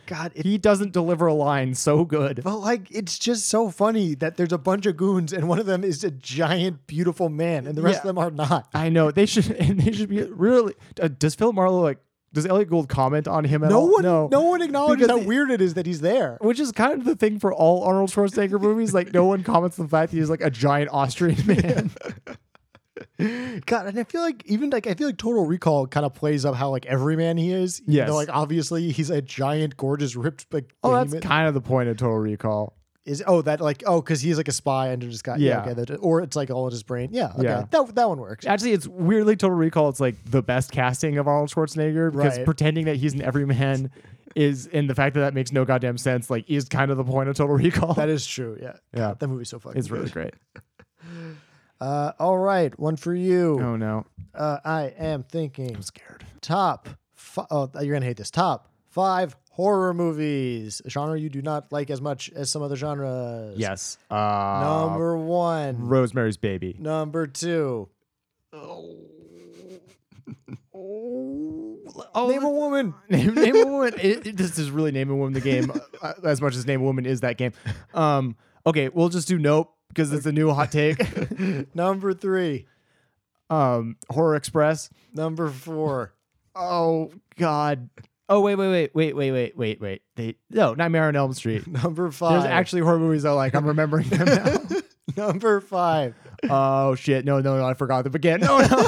Speaker 3: God, it,
Speaker 2: He doesn't deliver a line so good.
Speaker 3: but like it's just so funny that there's a bunch of goons, and one of them is a giant, beautiful man, and the rest
Speaker 2: Yeah.
Speaker 3: of them are not.
Speaker 2: I know they should. And they should be really. Uh, does Philip Marlowe like? Does Elliot Gould comment on him at
Speaker 3: No
Speaker 2: all?
Speaker 3: one, no, one acknowledges
Speaker 2: Because
Speaker 3: how
Speaker 2: it-
Speaker 3: weird it is that he's there.
Speaker 2: Which is kind of the thing for all Arnold Schwarzenegger movies. Like no one comments on the fact that he's like a giant Austrian man.
Speaker 3: God, and I feel like even like I feel like Total Recall kind of plays up how like every man he is. You
Speaker 2: Yes.
Speaker 3: know, like obviously he's a giant, gorgeous, ripped like.
Speaker 2: Oh, that's
Speaker 3: behemoth.
Speaker 2: kind of the point of Total Recall.
Speaker 3: is oh that like oh because he's like a spy under his guy.
Speaker 2: Yeah.
Speaker 3: okay, that, or it's like all in his brain. Yeah, okay,
Speaker 2: Yeah.
Speaker 3: that that one works.
Speaker 2: Actually, it's weirdly Total Recall. It's like the best casting of Arnold Schwarzenegger because
Speaker 3: Right.
Speaker 2: pretending that he's an everyman is, and the fact that that makes no goddamn sense, like, is kind of the point of Total Recall.
Speaker 3: That is true. Yeah,
Speaker 2: Yeah.
Speaker 3: God, that movie's so fucking.
Speaker 2: it's really
Speaker 3: good.
Speaker 2: great.
Speaker 3: Uh, all right, one for you.
Speaker 2: Oh no,
Speaker 3: Uh, I am thinking
Speaker 2: I'm scared.
Speaker 3: top. Fi- oh, you're gonna hate this. Top five horror movies, a genre you do not like as much as some other genres.
Speaker 2: Yes. Uh,
Speaker 3: Number one.
Speaker 2: Rosemary's Baby.
Speaker 3: Number two.
Speaker 2: Oh, name a woman. Name, name a woman. It- it- this is really name a woman the game uh, as much as name a woman is that game. Um, okay, we'll just do nope because it's a new hot take.
Speaker 3: Number three.
Speaker 2: um, Horror Express.
Speaker 3: Number four.
Speaker 2: Oh God. Oh wait, wait, wait, wait, wait, wait, wait, wait. They no, Nightmare on Elm Street.
Speaker 3: Number five.
Speaker 2: There's actually horror movies I like. I'm remembering them now.
Speaker 3: number five.
Speaker 2: oh shit! No, no, no! I forgot them again. No, no.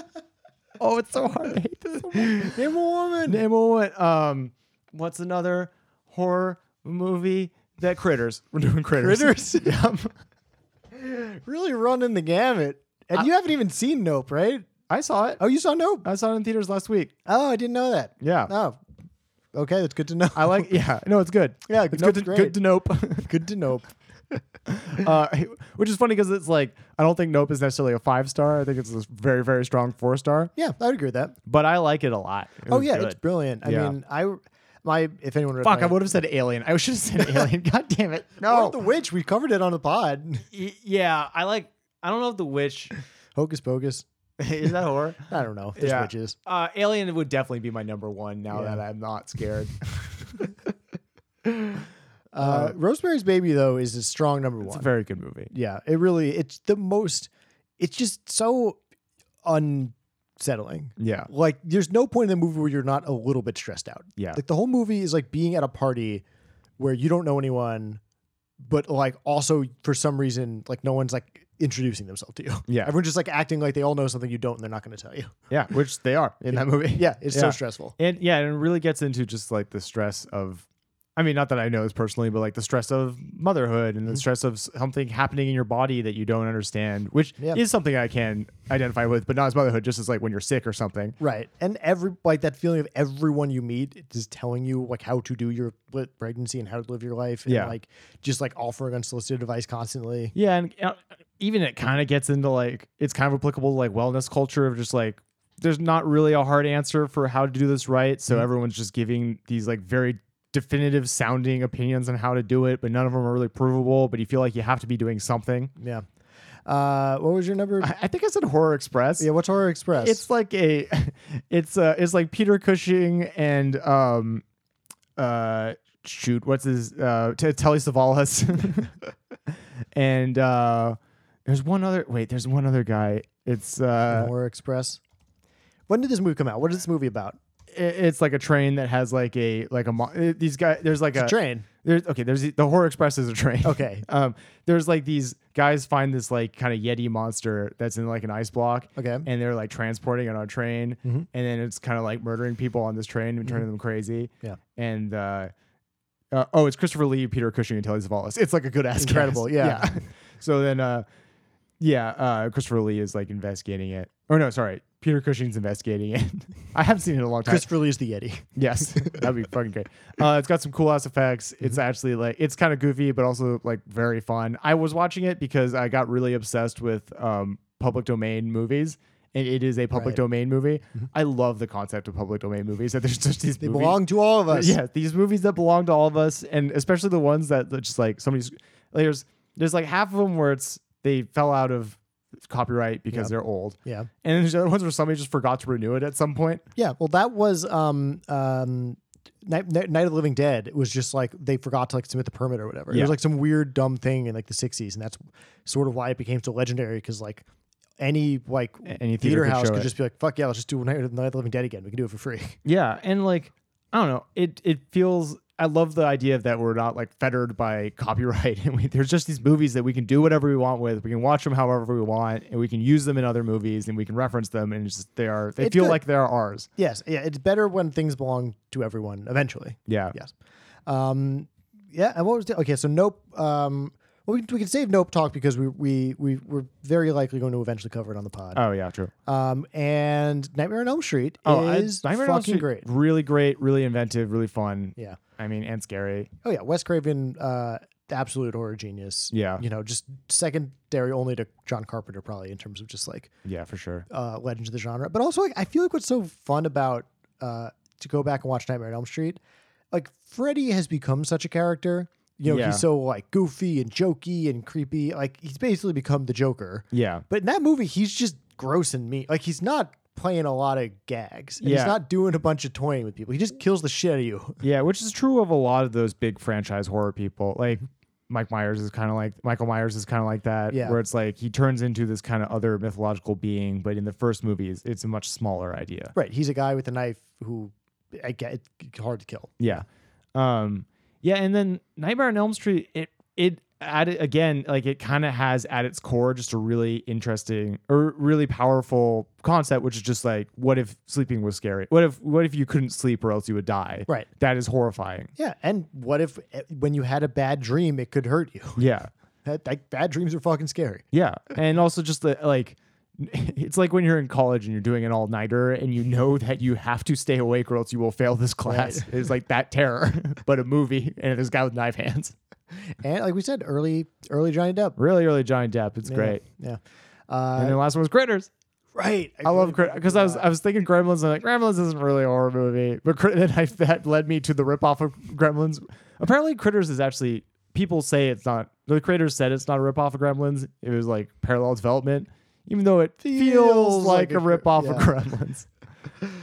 Speaker 2: oh, it's so hard. I hate this. So much. Name a woman. Name a woman. Um, what's another horror movie? That critters. We're doing critters.
Speaker 3: Critters?
Speaker 2: Yep.
Speaker 3: Really running the gamut. And you haven't even seen Nope, right?
Speaker 2: I saw it.
Speaker 3: Oh, you saw Nope.
Speaker 2: I saw it in theaters last week.
Speaker 3: Oh, I didn't know that.
Speaker 2: Yeah.
Speaker 3: Oh, okay. That's good to know.
Speaker 2: I like. Yeah. No, it's good.
Speaker 3: Yeah,
Speaker 2: it's good.
Speaker 3: nope's
Speaker 2: To,
Speaker 3: great.
Speaker 2: good to nope.
Speaker 3: good to Nope.
Speaker 2: uh, which is funny because it's like I don't think Nope is necessarily a five star. I think it's a very very strong four star.
Speaker 3: Yeah, I would agree with that.
Speaker 2: But I like it a lot. It
Speaker 3: oh
Speaker 2: was
Speaker 3: yeah,
Speaker 2: good.
Speaker 3: it's brilliant. I
Speaker 2: Yeah.
Speaker 3: mean, I my if anyone read
Speaker 2: fuck.
Speaker 3: my,
Speaker 2: I Oh. would have said Alien. I should have said Alien. God damn it.
Speaker 3: Or
Speaker 2: No.
Speaker 3: the witch. We covered it on the pod.
Speaker 2: Y- yeah, I like. I don't know if the witch
Speaker 3: Hocus pocus.
Speaker 2: is that horror.
Speaker 3: I don't know. There's
Speaker 2: Yeah.
Speaker 3: witches.
Speaker 2: Uh, Alien would definitely be my number one now
Speaker 3: Yeah.
Speaker 2: that I'm not scared.
Speaker 3: Uh, Rosemary's Baby though is a strong number
Speaker 2: it's
Speaker 3: one.
Speaker 2: a very good movie.
Speaker 3: yeah, it really. It's the most. It's just so unsettling.
Speaker 2: Yeah.
Speaker 3: Like, there's no point in the movie where you're not a little bit stressed out.
Speaker 2: Yeah.
Speaker 3: Like the whole movie is like being at a party where you don't know anyone, but like also for some reason like no one's like introducing themselves to you.
Speaker 2: Yeah.
Speaker 3: everyone's just like acting like they all know something you don't, and they're not going to tell you.
Speaker 2: Yeah. Which they are in that movie.
Speaker 3: Yeah, it's so
Speaker 2: Yeah.
Speaker 3: stressful.
Speaker 2: And yeah, and it really gets into just like the stress of, I mean, not that I know this personally, but like the stress of motherhood and the stress of something happening in your body that you don't understand, which
Speaker 3: Yeah.
Speaker 2: is something I can identify with, but not as motherhood, just as like when you're sick or something.
Speaker 3: Right. And every like that feeling of everyone you meet is telling you like how to do your li- pregnancy and how to live your life and
Speaker 2: Yeah.
Speaker 3: like just like offering unsolicited advice constantly.
Speaker 2: Yeah, and uh, even it kind of gets into like it's kind of applicable to like wellness culture of just like there's not really a hard answer for how to do this right, so everyone's just giving these like very definitive sounding opinions on how to do it, but none of them are really provable. But you feel like you have to be doing something.
Speaker 3: Yeah. Uh what was your number?
Speaker 2: I, I think I said Horror Express.
Speaker 3: yeah, what's Horror Express?
Speaker 2: It's like a, it's uh it's like Peter Cushing and um, uh, shoot, what's his uh, T- Telly Savalas, and uh, there's one other. Wait, there's one other guy. It's uh,
Speaker 3: Horror Express. When did this movie come out? What is this movie about?
Speaker 2: i- it's like a train that has like a like a mo- uh, these guys. There's like a,
Speaker 3: Train.
Speaker 2: There's okay. There's the- the Horror Express is a train.
Speaker 3: Okay.
Speaker 2: Um, there's like these guys find this like kind of yeti monster that's in like an ice block.
Speaker 3: Okay.
Speaker 2: and they're like transporting it on a train
Speaker 3: Mm-hmm.
Speaker 2: and then it's kind of like murdering people on this train and turning them crazy
Speaker 3: Yeah.
Speaker 2: and uh, uh oh it's christopher lee peter cushing and telly savalas it's like a good ass
Speaker 3: Incredible, yeah.
Speaker 2: so then uh yeah uh christopher lee is like investigating it or no sorry peter cushing's investigating it i haven't seen it in a long time
Speaker 3: Christopher Lee is the Yeti.
Speaker 2: yes that'd be fucking great uh it's got some cool ass effects it's
Speaker 3: Mm-hmm.
Speaker 2: actually like it's kind of goofy but also like very fun i was watching it because i got really obsessed with um public domain movies and it is a public
Speaker 3: Right. Mm-hmm.
Speaker 2: domain movie i love the concept of public domain movies that there's just these
Speaker 3: They
Speaker 2: movies-
Speaker 3: belong to all of us.
Speaker 2: yeah, these movies that belong to all of us, and especially the ones that that just like somebody's like, there's there's like half of them where it's they fell out of copyright because
Speaker 3: Yeah.
Speaker 2: they're old,
Speaker 3: Yeah.
Speaker 2: and then there's other ones where somebody just forgot to renew it at some point.
Speaker 3: Yeah, well, that was um um. Night, Night Night of the Living Dead was just like they forgot to like submit the permit or whatever. It
Speaker 2: Yeah.
Speaker 3: was like some weird dumb thing in like the '60s, and that's sort of why it became so legendary because like any like
Speaker 2: any
Speaker 3: theater,
Speaker 2: theater could
Speaker 3: house
Speaker 2: show
Speaker 3: could
Speaker 2: it.
Speaker 3: just be like, "Fuck yeah, let's just do Night of, Night of the Living Dead again. We can do it for free."
Speaker 2: Yeah, and like I don't know, it it feels. I love the idea that we're not like fettered by copyright, and we, there's just these movies that we can do whatever we want with. We can watch them however we want, and we can use them in other movies, and we can reference them, and it's just, they are they
Speaker 3: It's
Speaker 2: feel
Speaker 3: good.
Speaker 2: like they're ours.
Speaker 3: Yes, yeah, it's better when things belong to everyone eventually.
Speaker 2: Yeah,
Speaker 3: Yes, um, yeah. And what was the, okay? So Nope. Um, well, we, we can save Nope talk because we we we we're very likely going to eventually cover it on the pod.
Speaker 2: Oh yeah, true. Oh,
Speaker 3: Um, and Nightmare on Elm Street
Speaker 2: I-
Speaker 3: is
Speaker 2: Nightmare on Elm
Speaker 3: fucking
Speaker 2: Street,
Speaker 3: great.
Speaker 2: Really great, really inventive, really fun.
Speaker 3: Yeah.
Speaker 2: I mean, and scary.
Speaker 3: Oh yeah, Wes Craven, uh, absolute horror genius.
Speaker 2: Yeah.
Speaker 3: You know, just secondary only to John Carpenter probably in terms of just like
Speaker 2: Yeah, for sure.
Speaker 3: uh, legends of the genre. But also, like, I feel like what's so fun about uh, to go back and watch Nightmare on Elm Street, like Freddy has become such a character. You know,
Speaker 2: Yeah.
Speaker 3: he's so like goofy and jokey and creepy. Like he's basically become the Joker.
Speaker 2: Yeah.
Speaker 3: But in that movie, he's just gross and mean. Like he's not playing a lot of gags. And
Speaker 2: Yeah.
Speaker 3: He's not doing a bunch of toying with people. He just kills the shit out of you.
Speaker 2: Yeah, which is true of a lot of those big franchise horror people. Like Mike Myers is kind of like Michael Myers is kind of like that
Speaker 3: Yeah.
Speaker 2: where it's like he turns into this kind of other mythological being, but in the first movies it's a much smaller idea.
Speaker 3: Right. He's a guy with a knife who I get it's hard to kill.
Speaker 2: Yeah. Um yeah, and then Nightmare on Elm Street it it added again like it kind of has at its core just a really interesting or really powerful concept which is just like what if sleeping was scary? What if what if you couldn't sleep or else you would die?
Speaker 3: Right.
Speaker 2: That is horrifying.
Speaker 3: Yeah, and what if eh, when you had a bad dream, it could hurt you?
Speaker 2: Yeah.
Speaker 3: That, like bad dreams are fucking scary.
Speaker 2: Yeah, and also just the like, it's like when you're in college and you're doing an all nighter and you know that you have to stay awake or else you will fail this class. It's like that terror, but a movie and this guy with knife hands.
Speaker 3: And like we said, early early Johnny Depp.
Speaker 2: Really early Johnny Depp. It's great.
Speaker 3: Yeah. Uh,
Speaker 2: And the last one was Critters.
Speaker 3: right.
Speaker 2: I love Critters because I was I was thinking Gremlins. I'm like Gremlins isn't really a horror movie, but Crit- then I, that led me to the ripoff of Gremlins. Apparently, Critters is actually people say it's not. The creators said it's not a ripoff of Gremlins. It was like parallel development, even though it feels,
Speaker 3: Feels
Speaker 2: like,
Speaker 3: like
Speaker 2: a
Speaker 3: a-
Speaker 2: ripoff of
Speaker 3: yeah.
Speaker 2: Gremlins.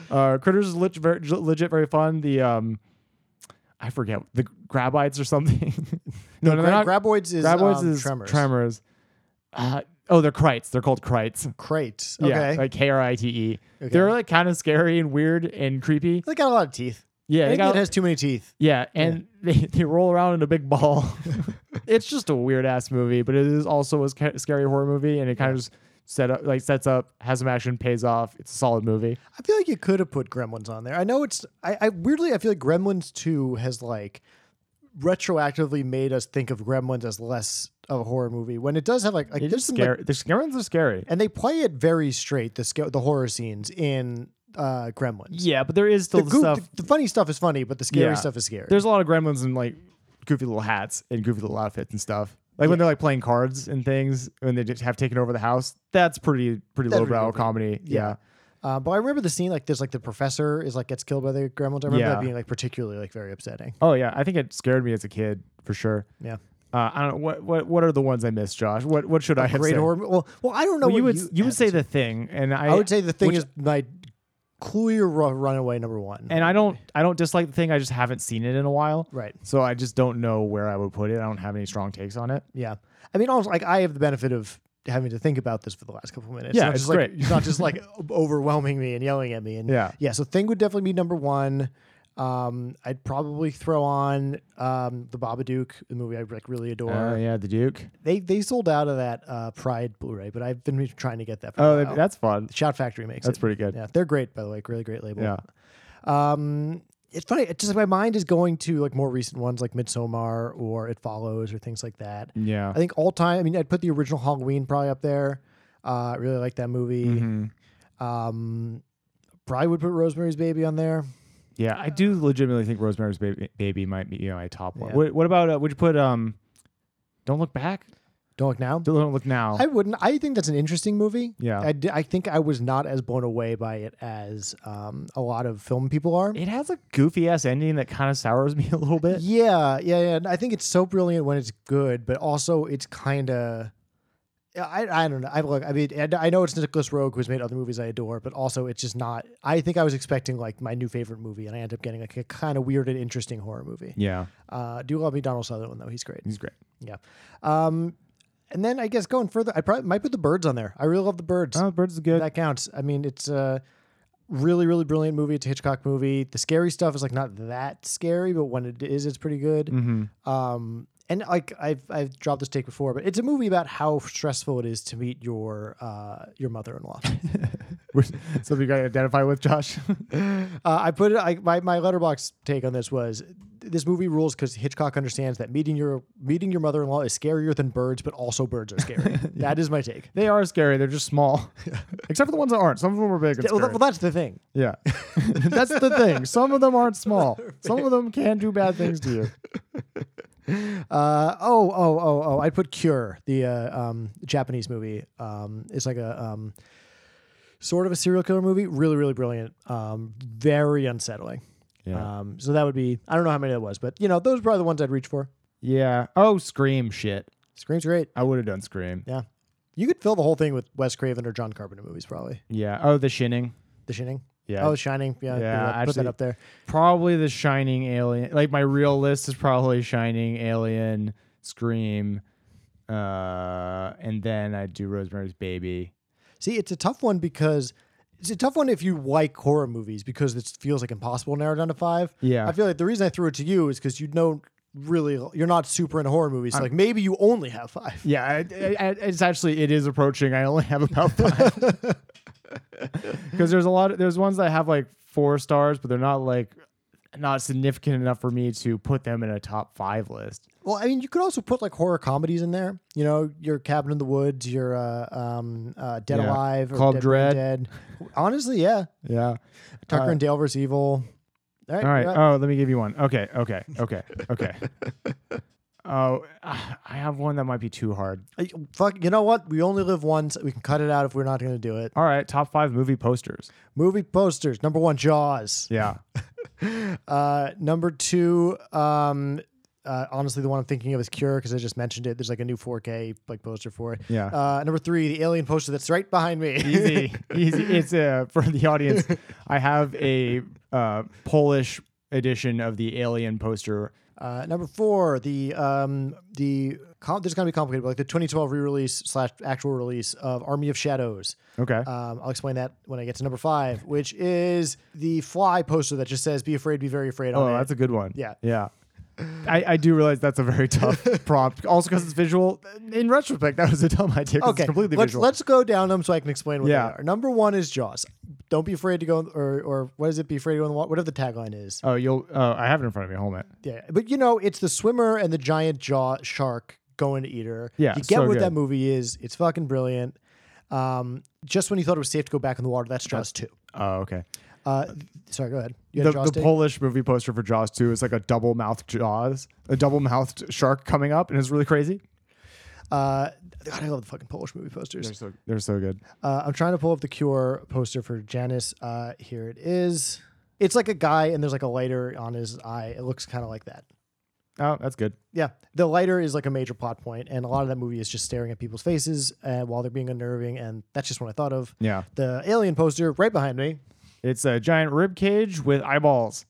Speaker 2: uh, Critters is legit very, legit very fun. The um, I forget the Grabites or something. no, no, they're not.
Speaker 3: Gra- Graboids is
Speaker 2: Graboids
Speaker 3: um,
Speaker 2: is
Speaker 3: Tremors.
Speaker 2: Tremors. Uh, oh, they're Krites. They're called Krites.
Speaker 3: Crate. Okay.
Speaker 2: Yeah,
Speaker 3: like,
Speaker 2: like K R I T E.
Speaker 3: Okay.
Speaker 2: They're like kind of scary and weird and creepy.
Speaker 3: they got a lot of teeth.
Speaker 2: Yeah,
Speaker 3: I
Speaker 2: they
Speaker 3: think
Speaker 2: got,
Speaker 3: it has too many teeth.
Speaker 2: yeah, and They, they roll around in a big ball. it's just a weird ass movie, but it is also a sca- scary horror movie, and it kind of just set up like sets up, has some action, pays off. It's a solid movie.
Speaker 3: I feel like you could have put Gremlins on there. I know it's. I, I weirdly, I feel like Gremlins Two has like retroactively made us think of Gremlins as less of a horror movie when it does have like like
Speaker 2: It's
Speaker 3: there's
Speaker 2: just
Speaker 3: some like,
Speaker 2: scary. the Gremlins are scary.
Speaker 3: and they play it very straight the sca- the horror scenes in uh Gremlins.
Speaker 2: Yeah, but there is still
Speaker 3: The,
Speaker 2: the,
Speaker 3: goo-
Speaker 2: stuff.
Speaker 3: the, the funny stuff is funny, but the scary
Speaker 2: Yeah.
Speaker 3: stuff is scary.
Speaker 2: There's a lot of Gremlins in like goofy little hats and goofy little outfits and stuff. Like when they're like playing cards and things, when they just have taken over the house, that's pretty pretty
Speaker 3: That's
Speaker 2: lowbrow
Speaker 3: pretty goofy.
Speaker 2: comedy. yeah.
Speaker 3: Uh, but I remember the scene like there's like the professor is like gets killed by the gremlins. I remember
Speaker 2: Yeah.
Speaker 3: that being like particularly like very upsetting.
Speaker 2: Oh yeah, I think it scared me as a kid for sure.
Speaker 3: Yeah,
Speaker 2: Uh, I don't know what what what are the ones I missed, Josh. What what should I have
Speaker 3: great
Speaker 2: said?
Speaker 3: horror. mo- Well, well, I don't know.
Speaker 2: Well,
Speaker 3: what
Speaker 2: you would you, would
Speaker 3: had
Speaker 2: say
Speaker 3: to
Speaker 2: the thing, and I,
Speaker 3: I would say the thing
Speaker 2: which-
Speaker 3: is my clear ru- runaway number one.
Speaker 2: and I don't I don't dislike the thing. I just haven't seen it in a while,
Speaker 3: right,
Speaker 2: so I just don't know where I would put it. I don't have any strong takes on it.
Speaker 3: yeah. I mean, also like I have the benefit of having to think about this for the last couple of minutes.
Speaker 2: Yeah,
Speaker 3: not
Speaker 2: it's
Speaker 3: just, like,
Speaker 2: great.
Speaker 3: It's not just like overwhelming me and yelling at me. And
Speaker 2: Yeah.
Speaker 3: yeah. So thing would definitely be number one. Um, I'd probably throw on um the Babadook, the movie I like really adore.
Speaker 2: Uh, yeah, the Duke.
Speaker 3: They they sold out of that uh, Pride Blu-ray, but I've been trying to get that. For
Speaker 2: Oh,
Speaker 3: a while.
Speaker 2: that's fun.
Speaker 3: Shout Factory makes
Speaker 2: That's
Speaker 3: it.
Speaker 2: pretty good. Yeah.
Speaker 3: Yeah, they're great by the way. Really great label. Um, it's funny. It's just like my mind is going to like more recent ones like Midsommar or It Follows or things like that.
Speaker 2: Yeah.
Speaker 3: I think all time. I mean, I'd put the original Halloween probably up there. Uh, I really like that movie.
Speaker 2: Mhm.
Speaker 3: Um, probably would put Rosemary's Baby on there.
Speaker 2: Yeah, I do legitimately think Rosemary's Baby, Baby might be you know, my top one.
Speaker 3: Yeah.
Speaker 2: What, what about uh, would you put um, Don't Look Back?
Speaker 3: Don't look now.
Speaker 2: Don't Look Now.
Speaker 3: I wouldn't. I think that's an interesting movie.
Speaker 2: Yeah.
Speaker 3: I, d- I think I was not as blown away by it as um, a lot of film people are.
Speaker 2: it has a goofy ass ending that kind of sours me a little bit.
Speaker 3: Yeah, yeah, yeah. And I think it's so brilliant when it's good, but also it's kind of. I, I don't know. I look. I mean, and I know it's Nicholas Rogue who's made other movies I adore, but also it's just not. I think I was expecting like my new favorite movie, and I end up getting like a kind of weird and interesting horror movie.
Speaker 2: yeah.
Speaker 3: Uh, do love me Donald Sutherland though; he's great.
Speaker 2: He's great.
Speaker 3: Yeah. Um, and then I guess going further, I probably might put the birds on there. I really love the birds.
Speaker 2: Oh, Birds is good.
Speaker 3: That counts. I mean, it's a really, really brilliant movie. It's a Hitchcock movie. The scary stuff is like not that scary, but when it is, it's pretty good. Um, and like I've I've dropped this take before, but it's a movie about how stressful it is to meet your uh, your mother-in-law.
Speaker 2: Something you got to identify with, Josh.
Speaker 3: Uh, I put it. I, my my letterbox take on this was this movie rules because Hitchcock understands that meeting your meeting your mother in law is scarier than birds, but also birds are scary. That is my take.
Speaker 2: they are scary. They're just small, except for the ones that aren't. Some of them are big. And
Speaker 3: Well,
Speaker 2: scary.
Speaker 3: that- well, that's the thing.
Speaker 2: yeah, that's the thing. Some of them aren't small. Some of them can do bad things to you.
Speaker 3: Uh, oh oh oh oh! I put Cure, the uh, um, Japanese movie. Um, it's like a um, sort of a serial killer movie. Really really brilliant. Um, very unsettling.
Speaker 2: Yeah.
Speaker 3: Um, so that would be. I don't know how many that was, but you know those are probably the ones I'd reach for.
Speaker 2: Yeah. Oh, Scream shit.
Speaker 3: Scream's great.
Speaker 2: I would have done Scream.
Speaker 3: Yeah. You could fill the whole thing with Wes Craven or John Carpenter movies, probably.
Speaker 2: Yeah. Oh, The Shining.
Speaker 3: The Shining.
Speaker 2: Yeah.
Speaker 3: Oh, Shining.
Speaker 2: Yeah,
Speaker 3: Yeah. put that- put
Speaker 2: actually-
Speaker 3: that up there.
Speaker 2: Probably The Shining, Alien. Like my real list is probably Shining, Alien, Scream, uh, and then I do Rosemary's Baby.
Speaker 3: See, it's a tough one because it's a tough one if you like horror movies because it feels like impossible narrowed down to five.
Speaker 2: Yeah.
Speaker 3: I feel like the reason I threw it to you is because you don't really you're not super into horror movies. So
Speaker 2: Uh.
Speaker 3: like maybe you only have five.
Speaker 2: Yeah, I, I, I, it's actually it is approaching. I only have about five because there's a lot. Of, there's ones that have like four stars, but they're not like not significant enough for me to put them in a top five list.
Speaker 3: Well, I mean, you could also put like horror comedies in there. You know, your Cabin in the Woods, your uh, um, uh, Dead
Speaker 2: Yeah.
Speaker 3: Alive, or
Speaker 2: Club
Speaker 3: Dead
Speaker 2: Dread.
Speaker 3: Brain Dead. Honestly, yeah,
Speaker 2: Yeah.
Speaker 3: Tucker and Dale versus Evil. All right,
Speaker 2: All right.
Speaker 3: yeah.
Speaker 2: Oh, let me give you one. Okay. Okay. Okay. Okay. Oh, ah, I have one that might be too hard.
Speaker 3: Uh, Fuck, you know what? We only live once. We can cut it out if we're not going to do it.
Speaker 2: All right, top five movie posters.
Speaker 3: Movie posters. Number one, Jaws.
Speaker 2: Yeah.
Speaker 3: Uh, number two, um, uh, honestly, the one I'm thinking of is Cure because I just mentioned it. There's like a new 4K like poster for it.
Speaker 2: Yeah.
Speaker 3: Uh, number three, the Alien poster that's right behind me.
Speaker 2: easy, easy. It's uh, for the audience. I have a uh, Polish edition of the Alien poster.
Speaker 3: Uh, number four, the um, the com- this is gonna be complicated, but like the 2012 re-release slash actual release of Army of Shadows.
Speaker 2: Okay.
Speaker 3: Um, I'll explain that when I get to number five, which is the Fly poster that just says "Be afraid, be very afraid."
Speaker 2: oh,
Speaker 3: on it.
Speaker 2: that's a good one.
Speaker 3: yeah.
Speaker 2: Yeah. I, I do realize that's a very tough prompt. Also, because it's visual. In retrospect, that was a dumb idea. 'cause
Speaker 3: okay.
Speaker 2: It's completely
Speaker 3: let's
Speaker 2: visual.
Speaker 3: let's go down them so I can explain what
Speaker 2: Yeah.
Speaker 3: they are. Number one is Jaws. Don't be afraid to go, or or what is it? Be afraid to go in the water. Whatever the tagline is.
Speaker 2: oh, you'll. Oh, I have it in front of me. Hold on.
Speaker 3: Yeah, but you know, it's the swimmer and the giant jaw shark going to eat her.
Speaker 2: Yeah,
Speaker 3: you get
Speaker 2: so
Speaker 3: what
Speaker 2: good.
Speaker 3: that movie is. It's fucking brilliant. Um, just when you thought it was safe to go back in the water, that's Jaws two.
Speaker 2: Oh, okay.
Speaker 3: Uh, th- sorry, go ahead. You had
Speaker 2: The,
Speaker 3: Jaws
Speaker 2: the
Speaker 3: take?
Speaker 2: Polish movie poster for Jaws 2 is like a double mouthed Jaws, a double mouthed shark coming up, and it's really crazy.
Speaker 3: uh, God, I love the fucking Polish movie posters.
Speaker 2: They're so, they're so good.
Speaker 3: Uh, I'm trying to pull up the Cure poster for Janice. Uh, here it is. It's like a guy and there's like a lighter on his eye. It looks kind of like that.
Speaker 2: Oh, that's good.
Speaker 3: Yeah, the lighter is like a major plot point, and a lot of that movie is just staring at people's faces uh, while they're being unnerving, and that's just what I thought of.
Speaker 2: Yeah.
Speaker 3: the alien poster right behind me.
Speaker 2: It's a giant rib cage with eyeballs,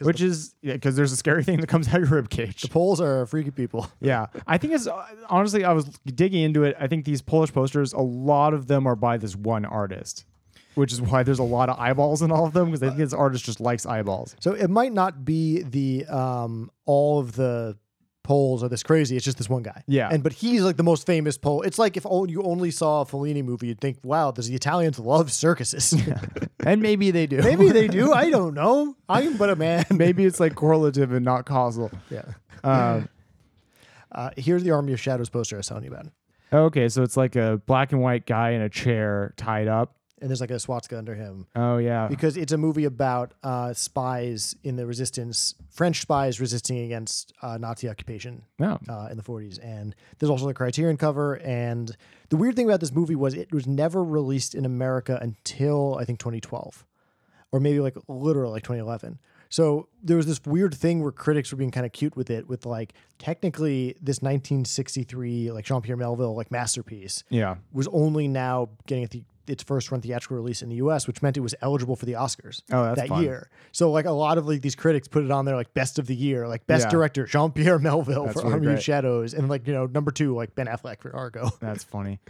Speaker 2: which is because there's a scary thing that comes out of your rib cage.
Speaker 3: Poles are freaky people.
Speaker 2: Yeah, I think it's honestly I was digging into it. I think these Polish posters, a lot of them are by this one artist, which is why there's a lot of eyeballs in all of them because I think this artist just likes eyeballs.
Speaker 3: So it might not be the um all of the Poles are this crazy. It's just this one guy.
Speaker 2: Yeah.
Speaker 3: and but he's like the most famous Pole. It's like if all, you only saw a Fellini movie, you'd think, wow, does the Italians love circuses?
Speaker 2: And maybe they do.
Speaker 3: Maybe they do. I don't know. I am but a man.
Speaker 2: maybe it's like correlative and not causal.
Speaker 3: Yeah.
Speaker 2: Um,
Speaker 3: Uh, here's the Army of Shadows poster I was telling you about,
Speaker 2: okay, so it's like a black and white guy in a chair tied up.
Speaker 3: and there's like a swastika under him.
Speaker 2: Oh yeah,
Speaker 3: because it's a movie about uh, spies in the resistance, French spies resisting against uh, Nazi occupation
Speaker 2: no.
Speaker 3: uh, in the 40s. And there's also the Criterion cover. And the weird thing about this movie was it was never released in America until I think 2012, or maybe like literally like 2011. So there was this weird thing where critics were being kind of cute with it, with like technically this 1963 like Jean Pierre Melville like masterpiece
Speaker 2: Yeah.
Speaker 3: was only now getting the, its first run theatrical release in the U.S., which meant it was eligible for the Oscars
Speaker 2: Oh, that's
Speaker 3: that
Speaker 2: fun.
Speaker 3: year. So like a lot of like these critics put it on there like best of the year, like best
Speaker 2: Yeah.
Speaker 3: director Jean Pierre Melville
Speaker 2: That's
Speaker 3: for
Speaker 2: really
Speaker 3: Army
Speaker 2: great.
Speaker 3: of Shadows, and like you know number two like Ben Affleck for Argo.
Speaker 2: That's funny.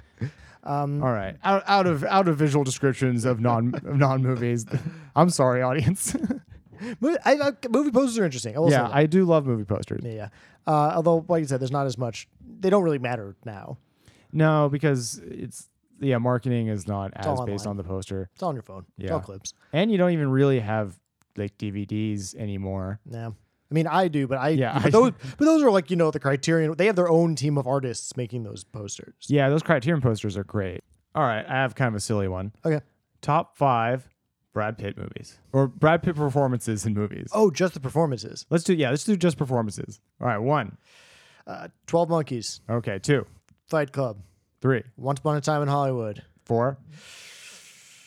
Speaker 2: All right, out, out of out of visual descriptions of non of non movies, I'm sorry, audience.
Speaker 3: Mo- I, I, movie posters are interesting. I will say
Speaker 2: yeah,
Speaker 3: that.
Speaker 2: I do love movie posters.
Speaker 3: yeah, yeah. Uh, although like you said, there's not as much. They don't really matter now.
Speaker 2: No, because it's yeah, marketing is not as
Speaker 3: all
Speaker 2: based
Speaker 3: online.
Speaker 2: on the poster,
Speaker 3: It's all on your phone. It's
Speaker 2: Yeah.
Speaker 3: all clips.
Speaker 2: and you don't even really have like DVDs anymore.
Speaker 3: Yeah. I mean, I do, but I
Speaker 2: Yeah,
Speaker 3: But
Speaker 2: I-
Speaker 3: those, but those are like you know the Criterion. They have their own team of artists making those posters.
Speaker 2: Yeah, those Criterion posters are great. All right, I have kind of a silly one.
Speaker 3: Okay.
Speaker 2: Top five Brad Pitt movies or Brad Pitt performances in movies.
Speaker 3: Oh, just the performances.
Speaker 2: Let's do yeah, let's do just performances. All right, one,
Speaker 3: Uh, 12 Monkeys,
Speaker 2: okay, two,
Speaker 3: Fight Club,
Speaker 2: three,
Speaker 3: Once Upon a Time in Hollywood.
Speaker 2: four.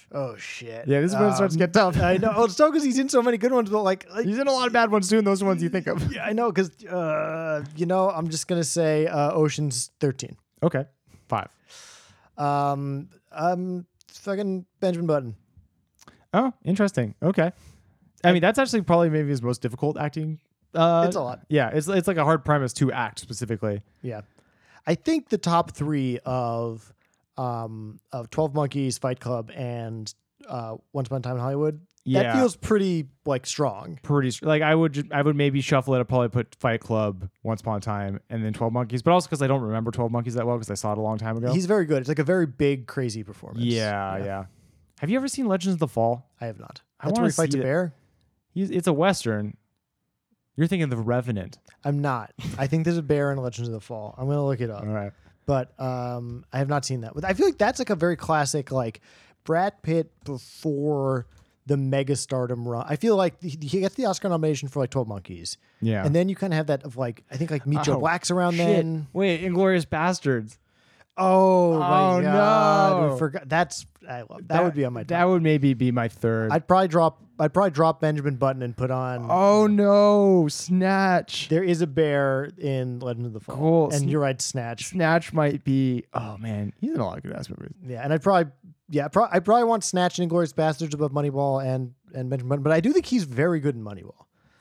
Speaker 3: Oh, shit. Um,
Speaker 2: Yeah, this is when it starts to get tough.
Speaker 3: I know. Well, it's tough because he's in so many good ones, but like, like-
Speaker 2: He's in a lot of bad ones too, and those ones you think of.
Speaker 3: I know because, uh, you know, I'm just going to say uh, Ocean's 13.
Speaker 2: Okay, five.
Speaker 3: Um, um, fucking Benjamin Button.
Speaker 2: Oh, interesting. Okay, I mean that's actually probably maybe his most difficult acting. Uh,
Speaker 3: It's a lot.
Speaker 2: Yeah, it's it's like a hard premise to act specifically.
Speaker 3: Yeah. I think the top three of um, of 12 Monkeys, Fight Club, and uh, Once Upon a Time in Hollywood.
Speaker 2: Yeah.
Speaker 3: That feels pretty like strong.
Speaker 2: pretty str- like I would ju- I would maybe shuffle it. I'd probably put Fight Club, Once Upon a Time, and then Twelve Monkeys, but also because I don't remember Twelve Monkeys that well because I saw it a long time ago.
Speaker 3: He's very good. It's like a very big, crazy performance.
Speaker 2: yeah, yeah, Have you ever seen Legends of the Fall?
Speaker 3: I have not.
Speaker 2: I
Speaker 3: That's
Speaker 2: wanna
Speaker 3: where he fights
Speaker 2: see
Speaker 3: a
Speaker 2: that.
Speaker 3: bear.
Speaker 2: He's, it's a western. You're thinking of The Revenant.
Speaker 3: I'm not. I think there's a bear in Legends of the Fall. I'm gonna look it up.
Speaker 2: All right.
Speaker 3: But um, I have not seen that. But I feel like that's like a very classic, like Brad Pitt before the megastardom run. I feel like he he gets the Oscar nomination for like Twelve Monkeys,
Speaker 2: Yeah.
Speaker 3: and then you kind of have that of like I think like Meet Joe
Speaker 2: Oh,
Speaker 3: Black's around
Speaker 2: Shit.
Speaker 3: then.
Speaker 2: Wait, Inglorious Bastards.
Speaker 3: Oh,
Speaker 2: Oh,
Speaker 3: my God. we
Speaker 2: no.
Speaker 3: forgot. That's I love, that, would be on my.
Speaker 2: That
Speaker 3: top.
Speaker 2: would maybe be my third.
Speaker 3: I'd probably drop. I'd probably drop Benjamin Button and put on.
Speaker 2: oh no, Snatch.
Speaker 3: There is a bear in Legend of the Fall,
Speaker 2: Cool.
Speaker 3: and
Speaker 2: Sn-
Speaker 3: you're right, Snatch.
Speaker 2: Snatch might be. Oh man, he's in a lot of good ass movies.
Speaker 3: Yeah, and I probably yeah, pro- I probably want Snatch and Inglorious Bastards above Moneyball and and Benjamin Button, but I do think he's very good in Moneyball.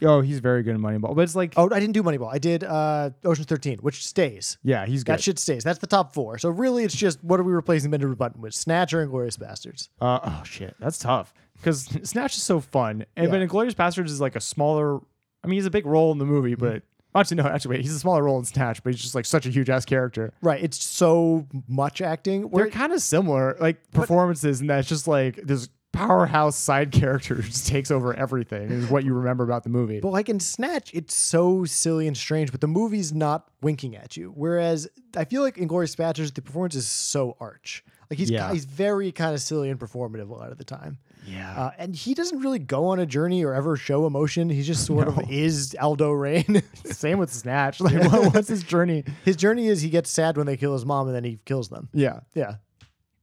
Speaker 2: Oh, he's very good in Moneyball, but it's like,
Speaker 3: Oh, I didn't do Moneyball. I did uh Ocean's 13, which stays.
Speaker 2: yeah, he's
Speaker 3: That
Speaker 2: good.
Speaker 3: shit stays. That's the top 4. So really it's just what are we replacing Benjamin Button with? Snatch or Inglorious Bastards?
Speaker 2: Uh, oh shit, that's tough because Snatch is so fun, and
Speaker 3: Yeah.
Speaker 2: but Inglorious Bastards is like a smaller. I mean, he's a big role in the movie, but actually no, actually wait, he's a smaller role in Snatch, but he's just like such a huge ass character.
Speaker 3: Right, it's so much acting.
Speaker 2: They're
Speaker 3: Where
Speaker 2: kind of similar, like performances, and that's just like this powerhouse side character who just takes over everything. Is what you remember about the movie.
Speaker 3: but like in Snatch, it's so silly and strange, but the movie's not winking at you. Whereas I feel like Inglorious Bastards, the performance is so arch. Like he's
Speaker 2: Yeah.
Speaker 3: he's very kind of silly and performative a lot of the time.
Speaker 2: Yeah,
Speaker 3: Uh, and he doesn't really go on a journey or ever show emotion. He just sort of is Aldo Rain.
Speaker 2: Uh, same with Snatch. Like, what, what's his journey?
Speaker 3: his journey is he gets sad when they kill his mom and then he kills them.
Speaker 2: Yeah,
Speaker 3: Yeah.